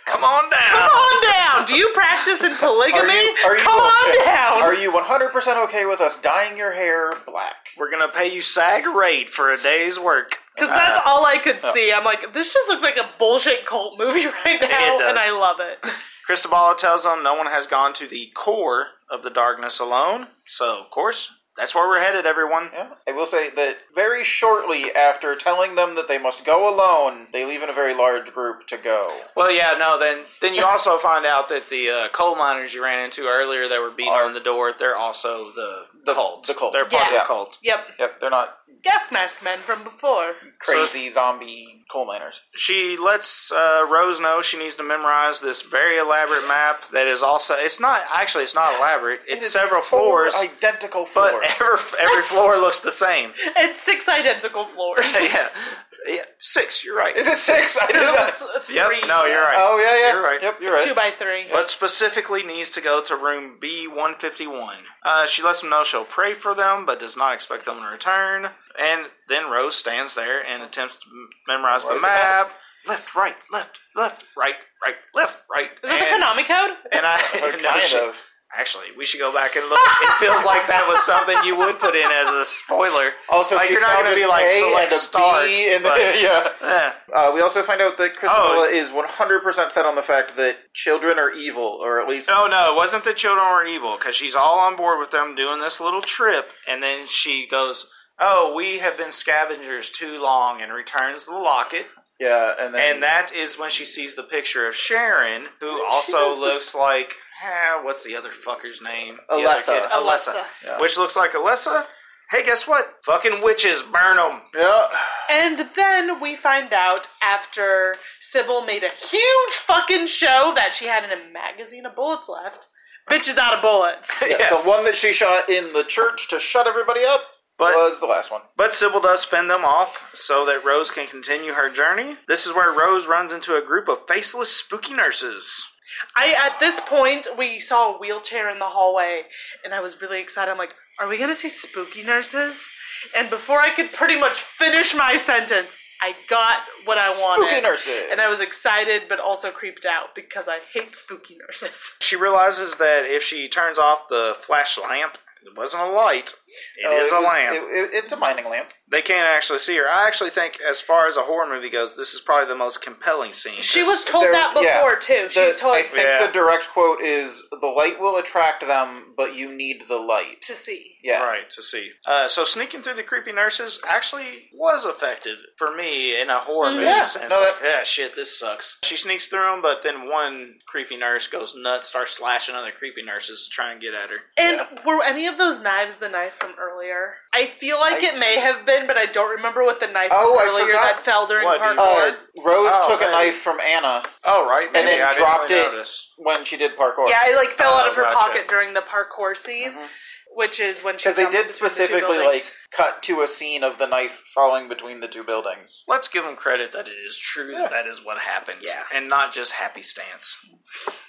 Come Come on down. on down. Do you practice in polygamy? are you Come okay? on down." Are you 100% okay with us dyeing your hair black? We're gonna pay you SAG rate for a day's work. Because that's Uh, all I could see. I'm like, this just looks like a bullshit cult movie right now, does. and I love it. Cristobal tells them no one has gone to the core of the darkness alone. So, of course, that's where we're headed, everyone. Yeah. I will say that very shortly after telling them that they must go alone, they leave in a very large group to go. Well, yeah, no. Then, then you also find out that the uh, coal miners you ran into earlier that were beating Are- on the door, they're also the, The- cult. the cult. They're part of Yeah. the cult. Yep, Yep, they're not gas mask men from before. crazy zombie coal miners. She lets uh, Rose know she needs to memorize this very elaborate map that is also. It's not actually. It's not elaborate. It It's is several four floors, Identical but floors. every every floor looks the same. It's six identical floors. yeah, yeah, six. You're right. Is it six? I didn't It know. was three. Yep. No, you're right. Oh, yeah, yeah. You're right. Yep, you're right. Two by three. What specifically needs to go to room B151? Uh, she lets them know she'll pray for them, but does not expect them to return. And then Rose stands there and attempts to m- memorize the Memorize the map. map. Left, right, left, left, right, right, left, right. Is and, that the Konami code? and Or I no, kind she- of. Actually, we should go back and look. It feels like that was something you would put in as a spoiler. Also, like she you're not found gonna be an like A select and a start, B and but- yeah. Eh. Uh, we also find out that Oh. Cristobal is 100% set on the fact that children are evil, or at least Oh no, it wasn't that children were evil because she's all on board with them doing this little trip, and then she goes, "Oh, we have been scavengers too long," and returns the locket. yeah, and then And that is when she sees the picture of Sharon, who She also does this- looks like ah, what's the other fucker's name? The other Alessa. kid, Alessa, Alexa. Yeah. which looks like Alessa. Hey, guess what? Fucking witches burn them. yeah, And then we find out after Sybil made a huge fucking show that she had in a magazine of bullets left. Bitch is out of bullets. the one that she shot in the church to shut everybody up But- was the last one. But Sybil does fend them off so that Rose can continue her journey. This is where Rose runs into a group of faceless spooky nurses. I at this point we saw a wheelchair in the hallway, and I was really excited. I'm like, "Are we gonna see spooky nurses?" And before I could pretty much finish my sentence, I got what I wanted. Spooky nurses. And I was excited, but also creeped out because I hate spooky nurses. She realizes that if she turns off the flash lamp, it wasn't a light, It No, is a was- lamp. it- it- it's a mining lamp. they can't actually see her. I actually think, as far as a horror movie goes, this is probably the most compelling scene. She This- was told There- that yeah. before too. She was The- told I think Yeah. the direct quote is, "The light will attract them, but you need the light." to see. Yeah, Right, to see. Uh, so sneaking through the creepy nurses actually was effective for me in a horror movie Mm, Yeah, sense. no, like, that- yeah, shit, this sucks. She sneaks through them, but then one creepy nurse goes nuts, starts slashing other creepy nurses to try and get at her. And Yeah. were any of those knives the knife from earlier? I feel like I- it may have been, but I don't remember what the knife Oh, I from earlier forgot. that fell during What, part do you- four. Uh, Rose Oh, took a right. knife from Anna Oh, right, maybe then I didn't dropped really it. when she did parkour. Yeah, it like fell out of her Oh, gotcha. Mm-hmm. pocket during the parkour scene, which is when she Because they jumped did between the two specifically buildings. like cut to a scene of the knife falling between the two buildings. Let's give them credit that it is true that that is what happened, Yeah. and not just happy stance.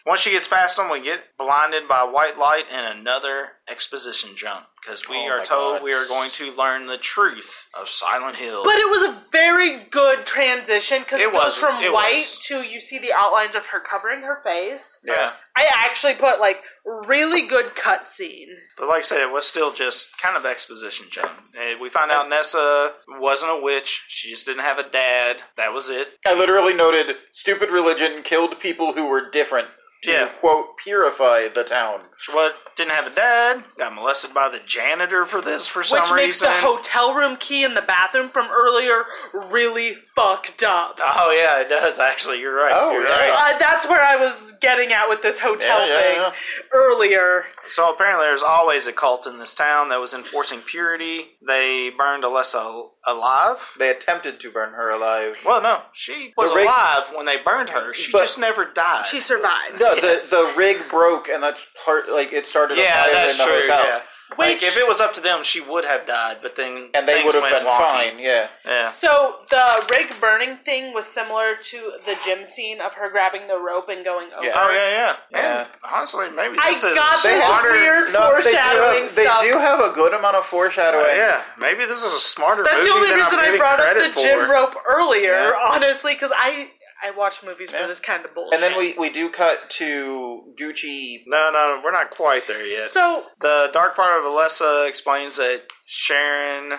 Once she gets past them, we get blinded by white light and another exposition jump because we Oh are my told God. we are going to learn the truth of Silent Hill. But it was a very good transition because It it, was, goes from it white was. to you see the outlines of her covering her face. yeah. I actually put like really good cutscene. But like I said, it was still just kind of exposition jump. And we find out Nessa wasn't a witch; she just didn't have a dad. That was it. I literally noted stupid religion killed people who were different to Yeah. quote purify the town. She wa- didn't have a dad. Got molested by the janitor for this for some Which makes reason. the hotel room key in the bathroom from earlier really fucked up. oh yeah, it does actually. You're right. Oh, You're yeah. right. Uh, that's where I was getting at with this hotel Yeah, yeah, thing yeah. earlier. So apparently, there's always a cult in this town that was enforcing purity. They burned Alessa al- alive. They attempted to burn her alive. Well, no, she was The rig- alive when they burned her. She But- just never died. She survived. No, the the rig broke, and that's part like it started a yeah, fire that's in the true. hotel. Yeah. like if it was up to them, she would have died. But then and they things would have went been wonky. fine. Yeah, Yeah. So the rig burning thing was similar to the gym scene of her grabbing the rope and going over. Yeah. Oh yeah, yeah. Yeah. Man, honestly, maybe I this is got a this smarter. weird they do, foreshadowing have, they stuff. do have a good amount of foreshadowing. yeah, maybe this is a smarter That's movie the only than reason I'm I giving brought up credit the gym for. rope earlier, Yeah. honestly, because I I watch movies Yeah. for this kind of bullshit. and then we we do cut to Gucci. No, no, we're not quite there yet. so The dark part of Alessa explains that Sharon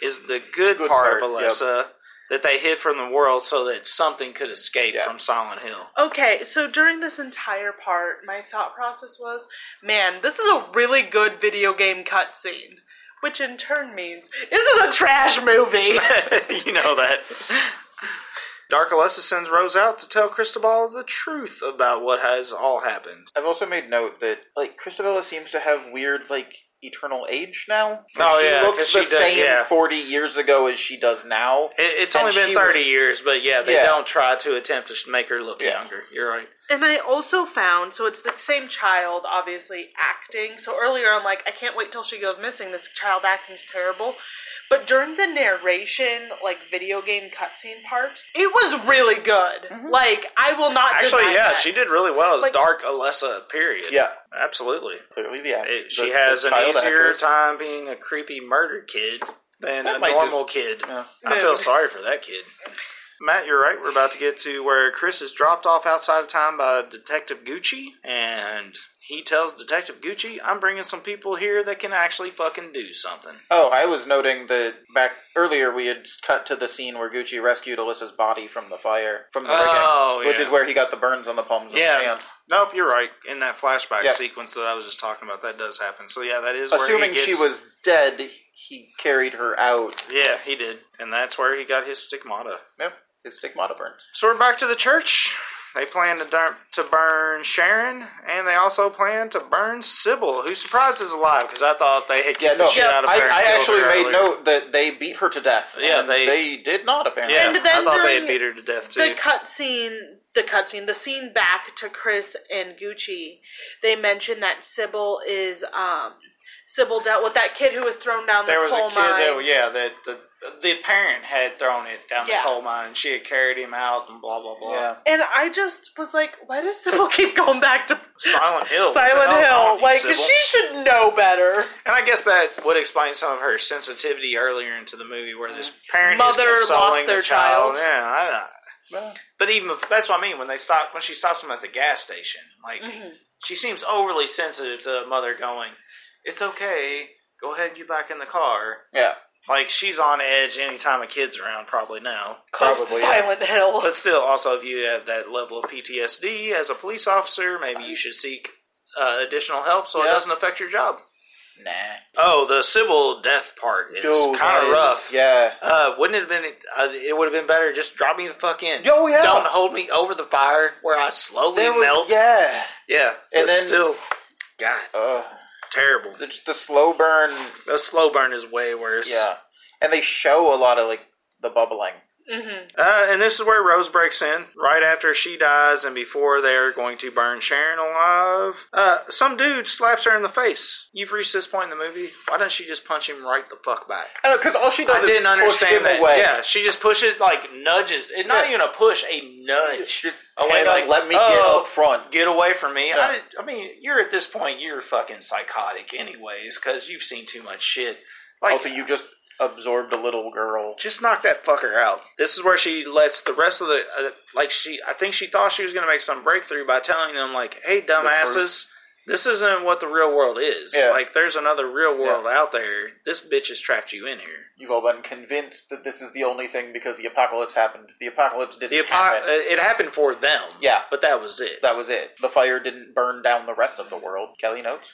is the good, Good part, of part, yep. Alessa that they hid from the world so that something could escape Yeah. from Silent Hill. Okay, so during this entire part, my thought process was, man, this is a really good video game cutscene. Which in turn means, this is a trash movie. you know that. Dark Alessa sends Rose out to tell Cristobal the truth about what has all happened. I've also made note that like Christabella seems to have weird like eternal age now. Oh, she yeah, 'cause looks she the does- same yeah. forty years ago as she does now. It, it's And only been she was- 30 years, but yeah, they Yeah. don't try to attempt to make her look Yeah. younger. You're right. and I also found, so it's the same child, obviously, acting. So earlier I'm like, I can't wait till she goes missing. This child acting's terrible. But during the narration, like video game cutscene parts, it was really good. Like, I will not Mm-hmm. Actually, deny yeah, that. she did really well as Like- Dark Alessa, period. Yeah, Absolutely. clearly yeah. It, the- she the has an child easier actors. time being a creepy murder kid than That a might normal kid. Yeah. I No. feel sorry for that kid. Matt, you're right. We're about to get to where Chris is dropped off outside of town by Detective Gucci, and he tells Detective Gucci, "I'm bringing some people here that can actually fucking do something." Oh, I was noting that back earlier we had cut to the scene where Gucci rescued Alyssa's body from the fire from the Oh, rigging, which yeah. is where he got the burns on the palms of Yeah. his hands. Nope, you're right. In that flashback Yeah. sequence that I was just talking about, that does happen. So yeah, that is where Assuming he gets, she was dead, he carried her out. Yeah, he did, and that's where he got his stigmata. Yep, his stigmata burns. So we're back to the church. They plan to, dar- to burn Sharon, and they also plan to burn Sybil, who surprised is alive because I thought they had kicked Yeah, no, the shit out of her. I, and I killed actually her made earlier. note that they beat her to death. Yeah, and they- did not apparently. Yeah, And then I thought they during had beat her to death too. the cutscene, the cutscene, the scene back to Chris and Gucci, they mentioned that Sybil is um Sybil dealt with that kid who was thrown down there the was a coal kid mine. that yeah that the the parent had thrown it down Yeah. the coal mine. She had carried him out and blah blah blah. Yeah. And I just was like, why does Sybil keep going back to Silent Hill. what the Silent Hill? hell's wrong with you, Like, 'cause Sybil? she should know better. And I guess that would explain some of her sensitivity earlier into the movie, where this parent Mother is lost consoling their the child. child. Yeah, I, Well, But even if, that's what I mean when they stop when she stops him at the gas station. Like Mm-hmm. she seems overly sensitive to the mother going, "It's okay, go ahead and get back in the car." yeah. Like she's on edge anytime a kid's around, probably now. Probably. yeah. Silent Hill. But still, also if you have that level of PTSD as a police officer, maybe you should seek uh, additional help so it Yeah. doesn't affect your job. Nah. Oh, the Sybil death part is Dude, kind that of is- rough. Yeah. Uh, wouldn't it have been? Uh, it would have been better. Just drop me the fuck in. Yo, yeah. Don't hold me over the fire where I slowly There was- melt. Yeah, Yeah. and And then then- still, God, Uh, terrible. it's the slow burn. The slow burn is way worse. Yeah. And they show a lot of like the bubbling. hmm Uh, and this is where Rose breaks in right after she dies, and before they're going to burn Sharon alive. Uh, some dude slaps her in the face. You've reached this point in the movie. Why doesn't she just punch him right the fuck back? I because all she does I is didn't push him understand that. Away. Yeah, she just pushes, like nudges. It, not Yeah. even a push, a nudge. Just Away, hang on, like, let me oh. get up front. Get away from me. I, Yeah. did, I mean, you're at this point, you're fucking psychotic, anyways, because you've seen too much shit. Like, also, you just absorbed a little girl. just knock that fucker out. This is where she lets the rest of the uh, like she. I think she thought she was gonna make some breakthrough by telling them like, "Hey, dumbasses, this isn't what the real world is. Yeah. Like, there's another real world out there. This bitch has trapped you in here. You've all been convinced that this is the only thing because the apocalypse happened. The apocalypse didn't The apo- uh, happen. it happened for them. Yeah. but that was it. that was it. The fire didn't burn down the rest of the world. Kelly notes.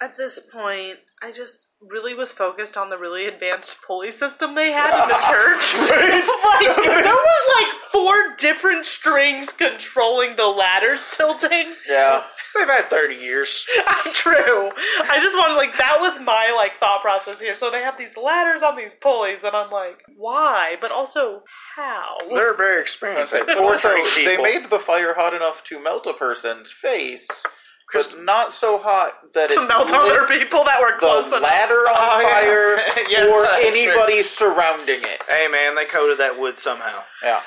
At this point, I just really was focused on the really advanced pulley system they had in the church. like, there was like four different strings controlling the ladders tilting. Yeah. They've had thirty years. True. I just wanted like that was my like thought process here. So they have these ladders on these pulleys, and I'm like, why? But also how? They're very I was experienced. gonna at say, also, torturing they people. made the fire hot enough to melt a person's face, Chris- but not so hot that to it melt lit other people that were close the enough. ladder Oh, on yeah. fire Yeah, or that's right. anybody surrounding it. Hey man, they coated that wood somehow. Yeah.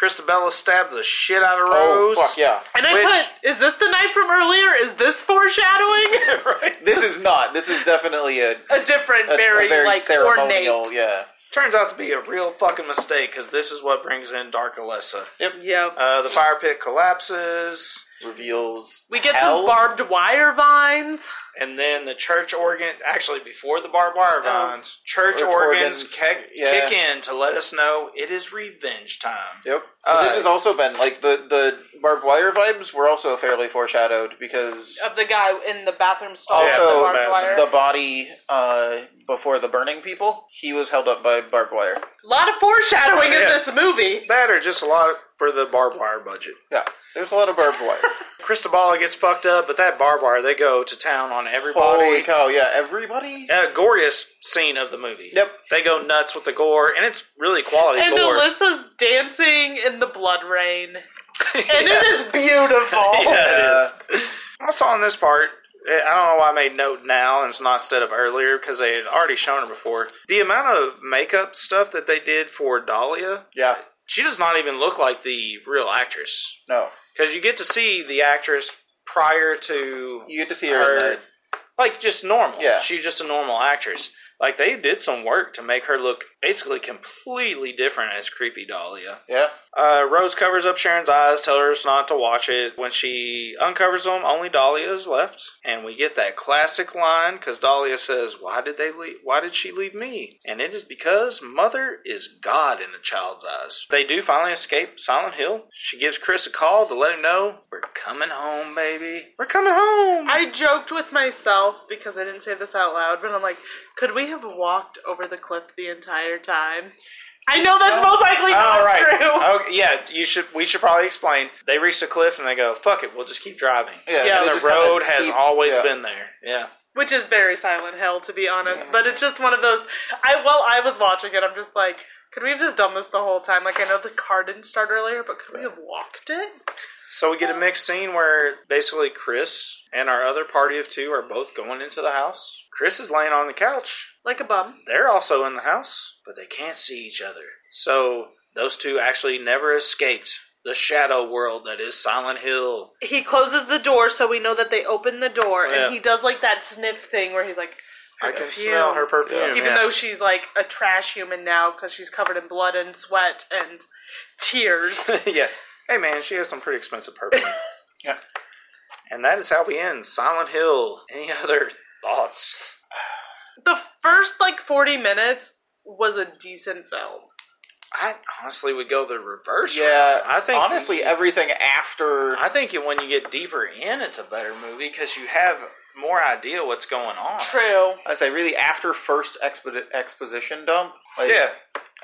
Christabella stabs the shit out of Oh Rose. fuck yeah! And I Which- put, is this the night from earlier? Is this foreshadowing? right. This is not. This is definitely a, a different, a, a very, very, like ornate. ceremonial. Yeah. Turns out to be a real fucking mistake because this is what brings in Dark Alessa. Yep. Uh, the fire pit collapses, Reveals. We get hell. some barbed wire vines. and then the church organ, actually before the barbed wire vines, church Oh. Church organs, organs, kick, yeah. kick in to let us know it is revenge time. Yep. Uh, this has also been like the the barbed wire vibes were also fairly foreshadowed because Of the guy in the bathroom stall also with the barbed bathroom. wire. uh, the body uh, before the burning people he was held up by barbed wire. A lot of foreshadowing in Yeah. this movie. That or just a lot for the barbed wire budget. Yeah. There's a lot of barbed wire. Cristobal gets fucked up, but that barbed wire, they go to town on everybody. Holy cow! Yeah. Everybody. uh, goriest scene of the movie. Yep. They go nuts with the gore, and it's really quality And gore. Alyssa's dancing in the blood rain. Yeah. And it is beautiful. yeah, it is. Also on this part, eh, I don't know why I made note now and it's not instead of earlier because they had already shown her before. The amount of makeup stuff that they did for Dahlia, Yeah. she does not even look like the real actress No. because you get to see the actress prior to You get to see her. in Her- the- like just normal. Yeah. she's just a normal actress. Like they did some work to make her look basically completely different as creepy Dahlia. yeah. Uh, Rose covers up Sharon's eyes, tells her not to watch it. When she uncovers them, only Dahlia is left, and we get that classic line because Dahlia says, "Why did they leave? Why did she leave me?" And it is because mother is God in a child's eyes. They do finally escape Silent Hill. She gives Chris a call to let him know we're coming home, baby. We're coming home. I joked with myself because I didn't say this out loud, but I'm like, could we have walked over the cliff the entire time? I know that's most likely not All Oh, right. true. Okay, yeah, you should. We should probably explain. They reach the cliff and they go, "Fuck it, we'll just keep driving." Yeah. Yeah. they And just the kinda road has keep- always yeah. been there. Yeah. Which is very Silent Hill, to be honest. But it's just one of those. I while I was watching it, I'm just like, could we have just done this the whole time? Like I know the car didn't start earlier, but could we have walked it? So we get a mixed scene where basically Chris and our other party of two are both going into the house. Chris is laying on the couch. Like a bum. They're also in the house, but they can't see each other. So those two actually never escaped the shadow world that is Silent Hill. He closes the door, so we know that they opened the door, Yeah. and he does like that sniff thing where he's like, I can perfume. smell her perfume. Yeah. even yeah. though she's like a trash human now because she's covered in blood and sweat and tears. yeah. Hey man, she has some pretty expensive perfume. Yeah. And that is how we end Silent Hill. Any other thoughts? the first like 40 minutes was a decent film. I honestly would go the reverse. Yeah. route. I think honestly everything after. I think when you get deeper in, it's a better movie because you have more idea what's going on. True. I say really after first expo- exposition dump. Like, Yeah,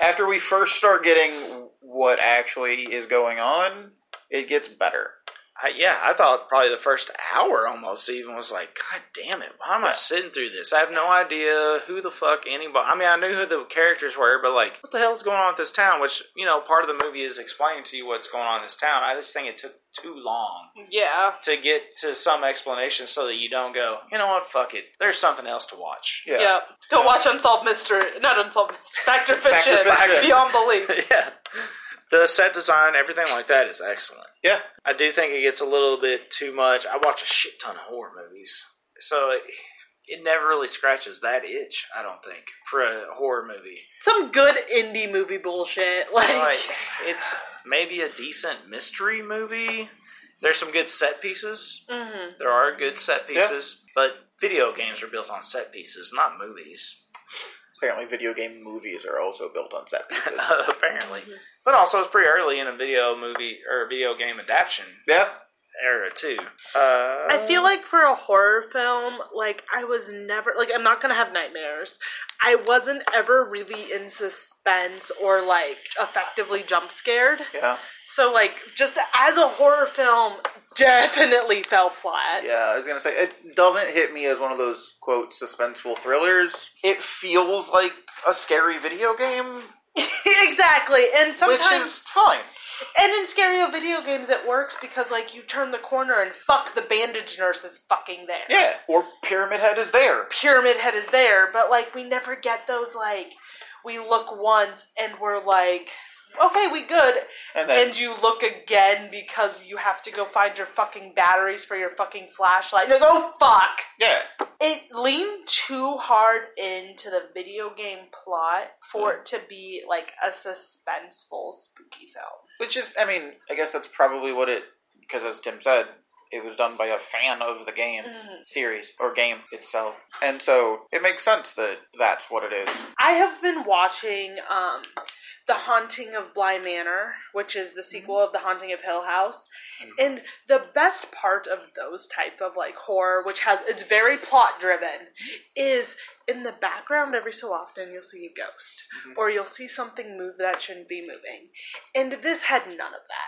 After we first start getting what actually is going on, it gets better. I, yeah. I thought probably the first hour almost even was like, God damn it, why am I Yeah. sitting through this? I have no idea who the fuck anybody. I mean, I knew who the characters were, but like, what the hell's going on with this town? Which you know, part of the movie is explaining to you what's going on in this town. I just think it took too long. Yeah. To get to some explanation so that you don't go, you know what, fuck it. There's something else to watch. Yeah. Yeah. Go Yeah. watch Unsolved Mystery. Not Unsolved Mystery. Factor Fiction. Fiction. Beyond Belief. yeah. The set design, everything like that is excellent. Yeah. I do think it gets a little bit too much. I watch a shit ton of horror movies. So it, it never really scratches that itch, I don't think, for a horror movie. Some good indie movie bullshit. Like, Like, it's maybe a decent mystery movie. There's some good set pieces. Mhm. There are good set pieces, but video games are built on set pieces, not movies. Apparently, video game movies are also built on set pieces. apparently. Mm-hmm. But also, it's pretty early in a video movie or video game adaptation yeah. era too. Uh, I Um, feel like for a horror film, like I was never like I'm not gonna have nightmares. I wasn't ever really in suspense or like effectively jump scared. Yeah. So like just as a horror film, definitely fell flat. Yeah. I was gonna say it doesn't hit me as one of those quote suspenseful thrillers. It feels like a scary video game, exactly. And which sometimes is fine. And in scarier video games, it works because like you turn the corner and fuck the bandage nurse is fucking there. Yeah, or Pyramid Head is there. Pyramid Head is there, but like we never get those like we look once and we're like, okay, we good, And then and you look again because you have to go find your fucking batteries for your fucking flashlight. No, go fuck. yeah, It leaned too hard into the video game plot for it to be like a suspenseful spooky film. which is I mean I guess that's probably what it because as Tim said it was done by a fan of the game Mm-hmm. series or game itself, and so it makes sense that that's what it is. I have been watching um, The Haunting of Bly Manor, which is the sequel of The Haunting of Hill House. And the best part of those type of like horror, which has it's very plot driven, is in the background every so often you'll see a ghost or you'll see something move that shouldn't be moving. And this had none of that.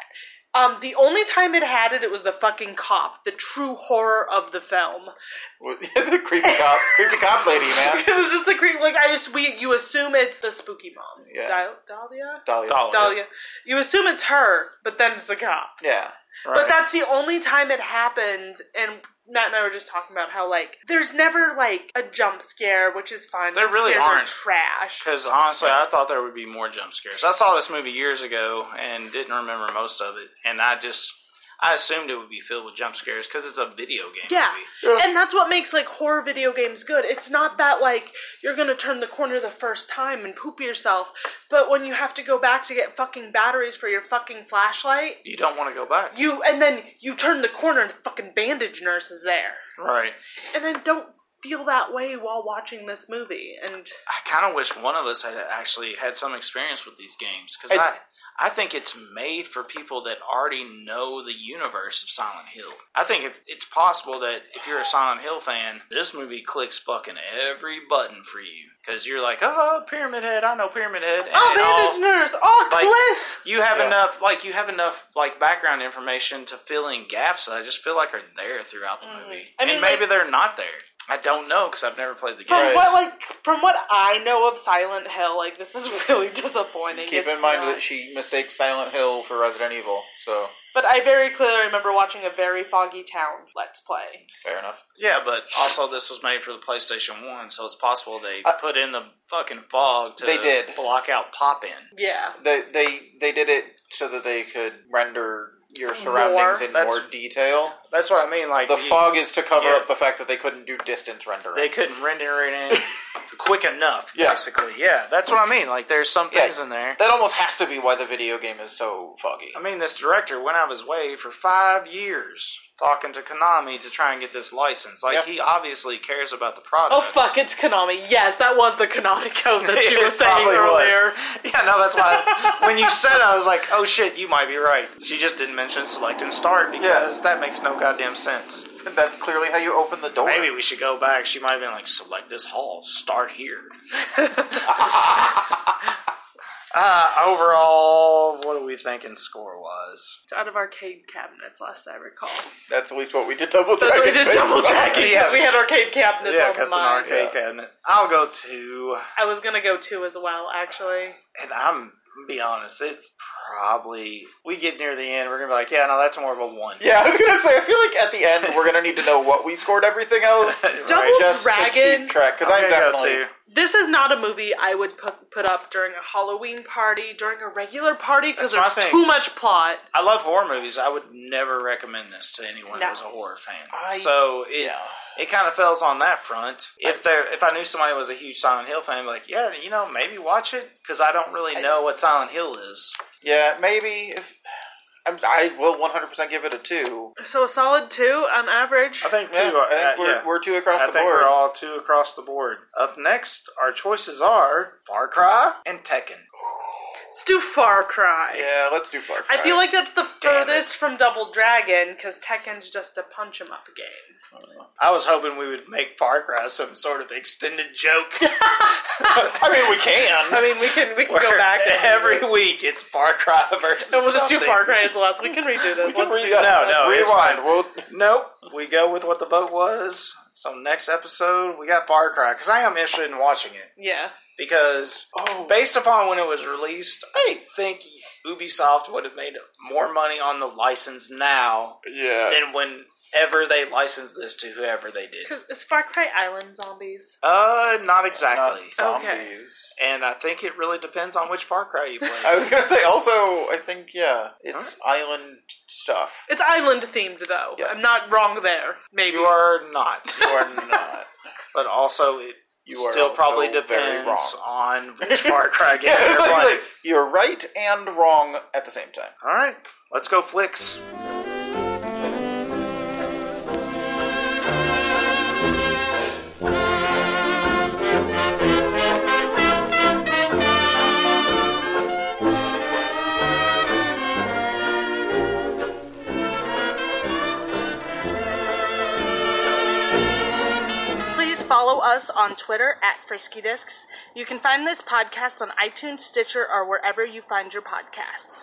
Um, the only time it had it, it was the fucking cop, the true horror of the film. the creepy cop, creepy cop lady, man. it was just the creep. Like I just we you assume it's the spooky mom. Yeah. Dahlia? Dahlia. Dahlia. Dahlia. Dahlia. You assume it's her, but then it's the cop. Yeah, But that's the only time it happened. And Matt and I were just talking about how like there's never like a jump scare, which is fine. There Jump really scares aren't. Are trash. Because honestly, I thought there would be more jump scares. I saw this movie years ago and didn't remember most of it, and I just I assumed it would be filled with jump scares because it's a video game Yeah. movie. And that's what makes like horror video games good. It's not that like you're gonna turn the corner the first time and poop yourself, but when you have to go back to get fucking batteries for your fucking flashlight, You don't want to go back, You and then you turn the corner and the fucking bandage nurse is there. right? And I don't feel that way while watching this movie. And I kind of wish one of us had actually had some experience with these games because And- I. I think it's made for people that already know the universe of Silent Hill. I think if, it's possible that if you're a Silent Hill fan, this movie clicks fucking every button for you because you're like, oh, Pyramid Head, I know Pyramid Head. And oh, it all- bandage nurse! Oh, like- Cliff! you have Yeah. enough like you have enough like background information to fill in gaps that I just feel like are there throughout the Mhm. movie. I mean, and maybe like- they're not there. I don't know because I've never played the game. From Right. what like from what I know of Silent Hill, like this is really disappointing. keep It's in mind not- that she mistakes Silent Hill for Resident Evil, so But I very clearly remember watching a very foggy town let's play. fair enough. Yeah, but also this was made for the PlayStation One, so it's possible they Uh, put in the fucking fog to They did. block out pop in. Yeah. They they they did it so that they could render your surroundings More. in That's- more detail. That's what I mean. Like The you- fog is to cover yeah. up the fact that they couldn't do distance rendering. they couldn't render it in quick enough. Yeah. Basically, yeah, that's what I mean. Like there's some Yeah. things in there. that almost has to be why the video game is so foggy. I mean, this director went out of his way for five years talking to Konami to try and get this license. Like, Yep. he obviously cares about the product. Oh fuck! It's Konami. Yes, that was the Konami code that you were It saying probably was. earlier. Yeah, no, that's why. I was, when you said, it, I was like, "Oh shit, you might be right." She just didn't mention select and start because that makes no goddamn sense. That's clearly how you open the door. Maybe we should go back. She might have been like, "Select this hall, start here." Uh, overall, what are we thinking? Score was. It's out of arcade cabinets, last I recall. That's at least what we did double That's what we did double jacking checking. because we had arcade cabinets yeah, on because an mine. arcade cabinet. I'll go two. I was gonna go two as well, actually. and I'm be honest, it's probably we get near the end, we're gonna be like, yeah, no, that's more of a one. Yeah, I was gonna say. I feel like at the end we're gonna need to know what we scored everything else. Right. Double just to Dragon. keep track because I'm I'm gonna go definitely two. This is not a movie I would put put up during a Halloween party, during a regular party, because That's my there's thing. too much plot. I love horror movies. I would never recommend this to anyone No. who's a horror fan. I- so it Yeah. it kind of fails on that front. If there, if I knew somebody was a huge Silent Hill fan, I'd be like, yeah, you know, maybe watch it because I don't really know what Silent Hill is. Yeah, maybe. If, I'm, I will 100% give it a two. So a solid two on average. I think two. Yeah, I think uh, we're, yeah. we're two across I the think board. we're all two across the board. Up next, our choices are Far Cry and Tekken. It's too far cry. yeah, let's do Far Cry. I feel like that's the Damn furthest from Double Dragon because Tekken's just a punch 'em up game. I was hoping we would make Far Cry some sort of extended joke. I mean, we can. I mean, we can we can go Where back and every week. It's Far Cry versus. So we'll just do something. Far Cry as the last. We can redo this. we can Let's read do it. this. No, no, it's rewind. fine. We'll, Nope. We go with what the vote was. So next episode we got Far Cry because I am interested in watching it. Yeah. because Oh, based upon when it was released, I think Ubisoft would have made more money on the license now yeah. than whenever they licensed this to whoever they did. 'Cause Is Far Cry Island zombies? Uh, not exactly. Not Okay. zombies. And I think it really depends on which Far Cry you play. I was gonna say. Also, I think yeah, it's island stuff. It's island themed though. Yeah. I'm not wrong there. Maybe. you are not, You are not. but also it You are still also probably very depends wrong. on which Far Cry game Yeah, it's you're like- playing. like, you're right and wrong at the same time. All right, let's go flicks. Please follow us on Twitter at Frisky Discs. You can find this podcast on iTunes, Stitcher, or wherever you find your podcasts.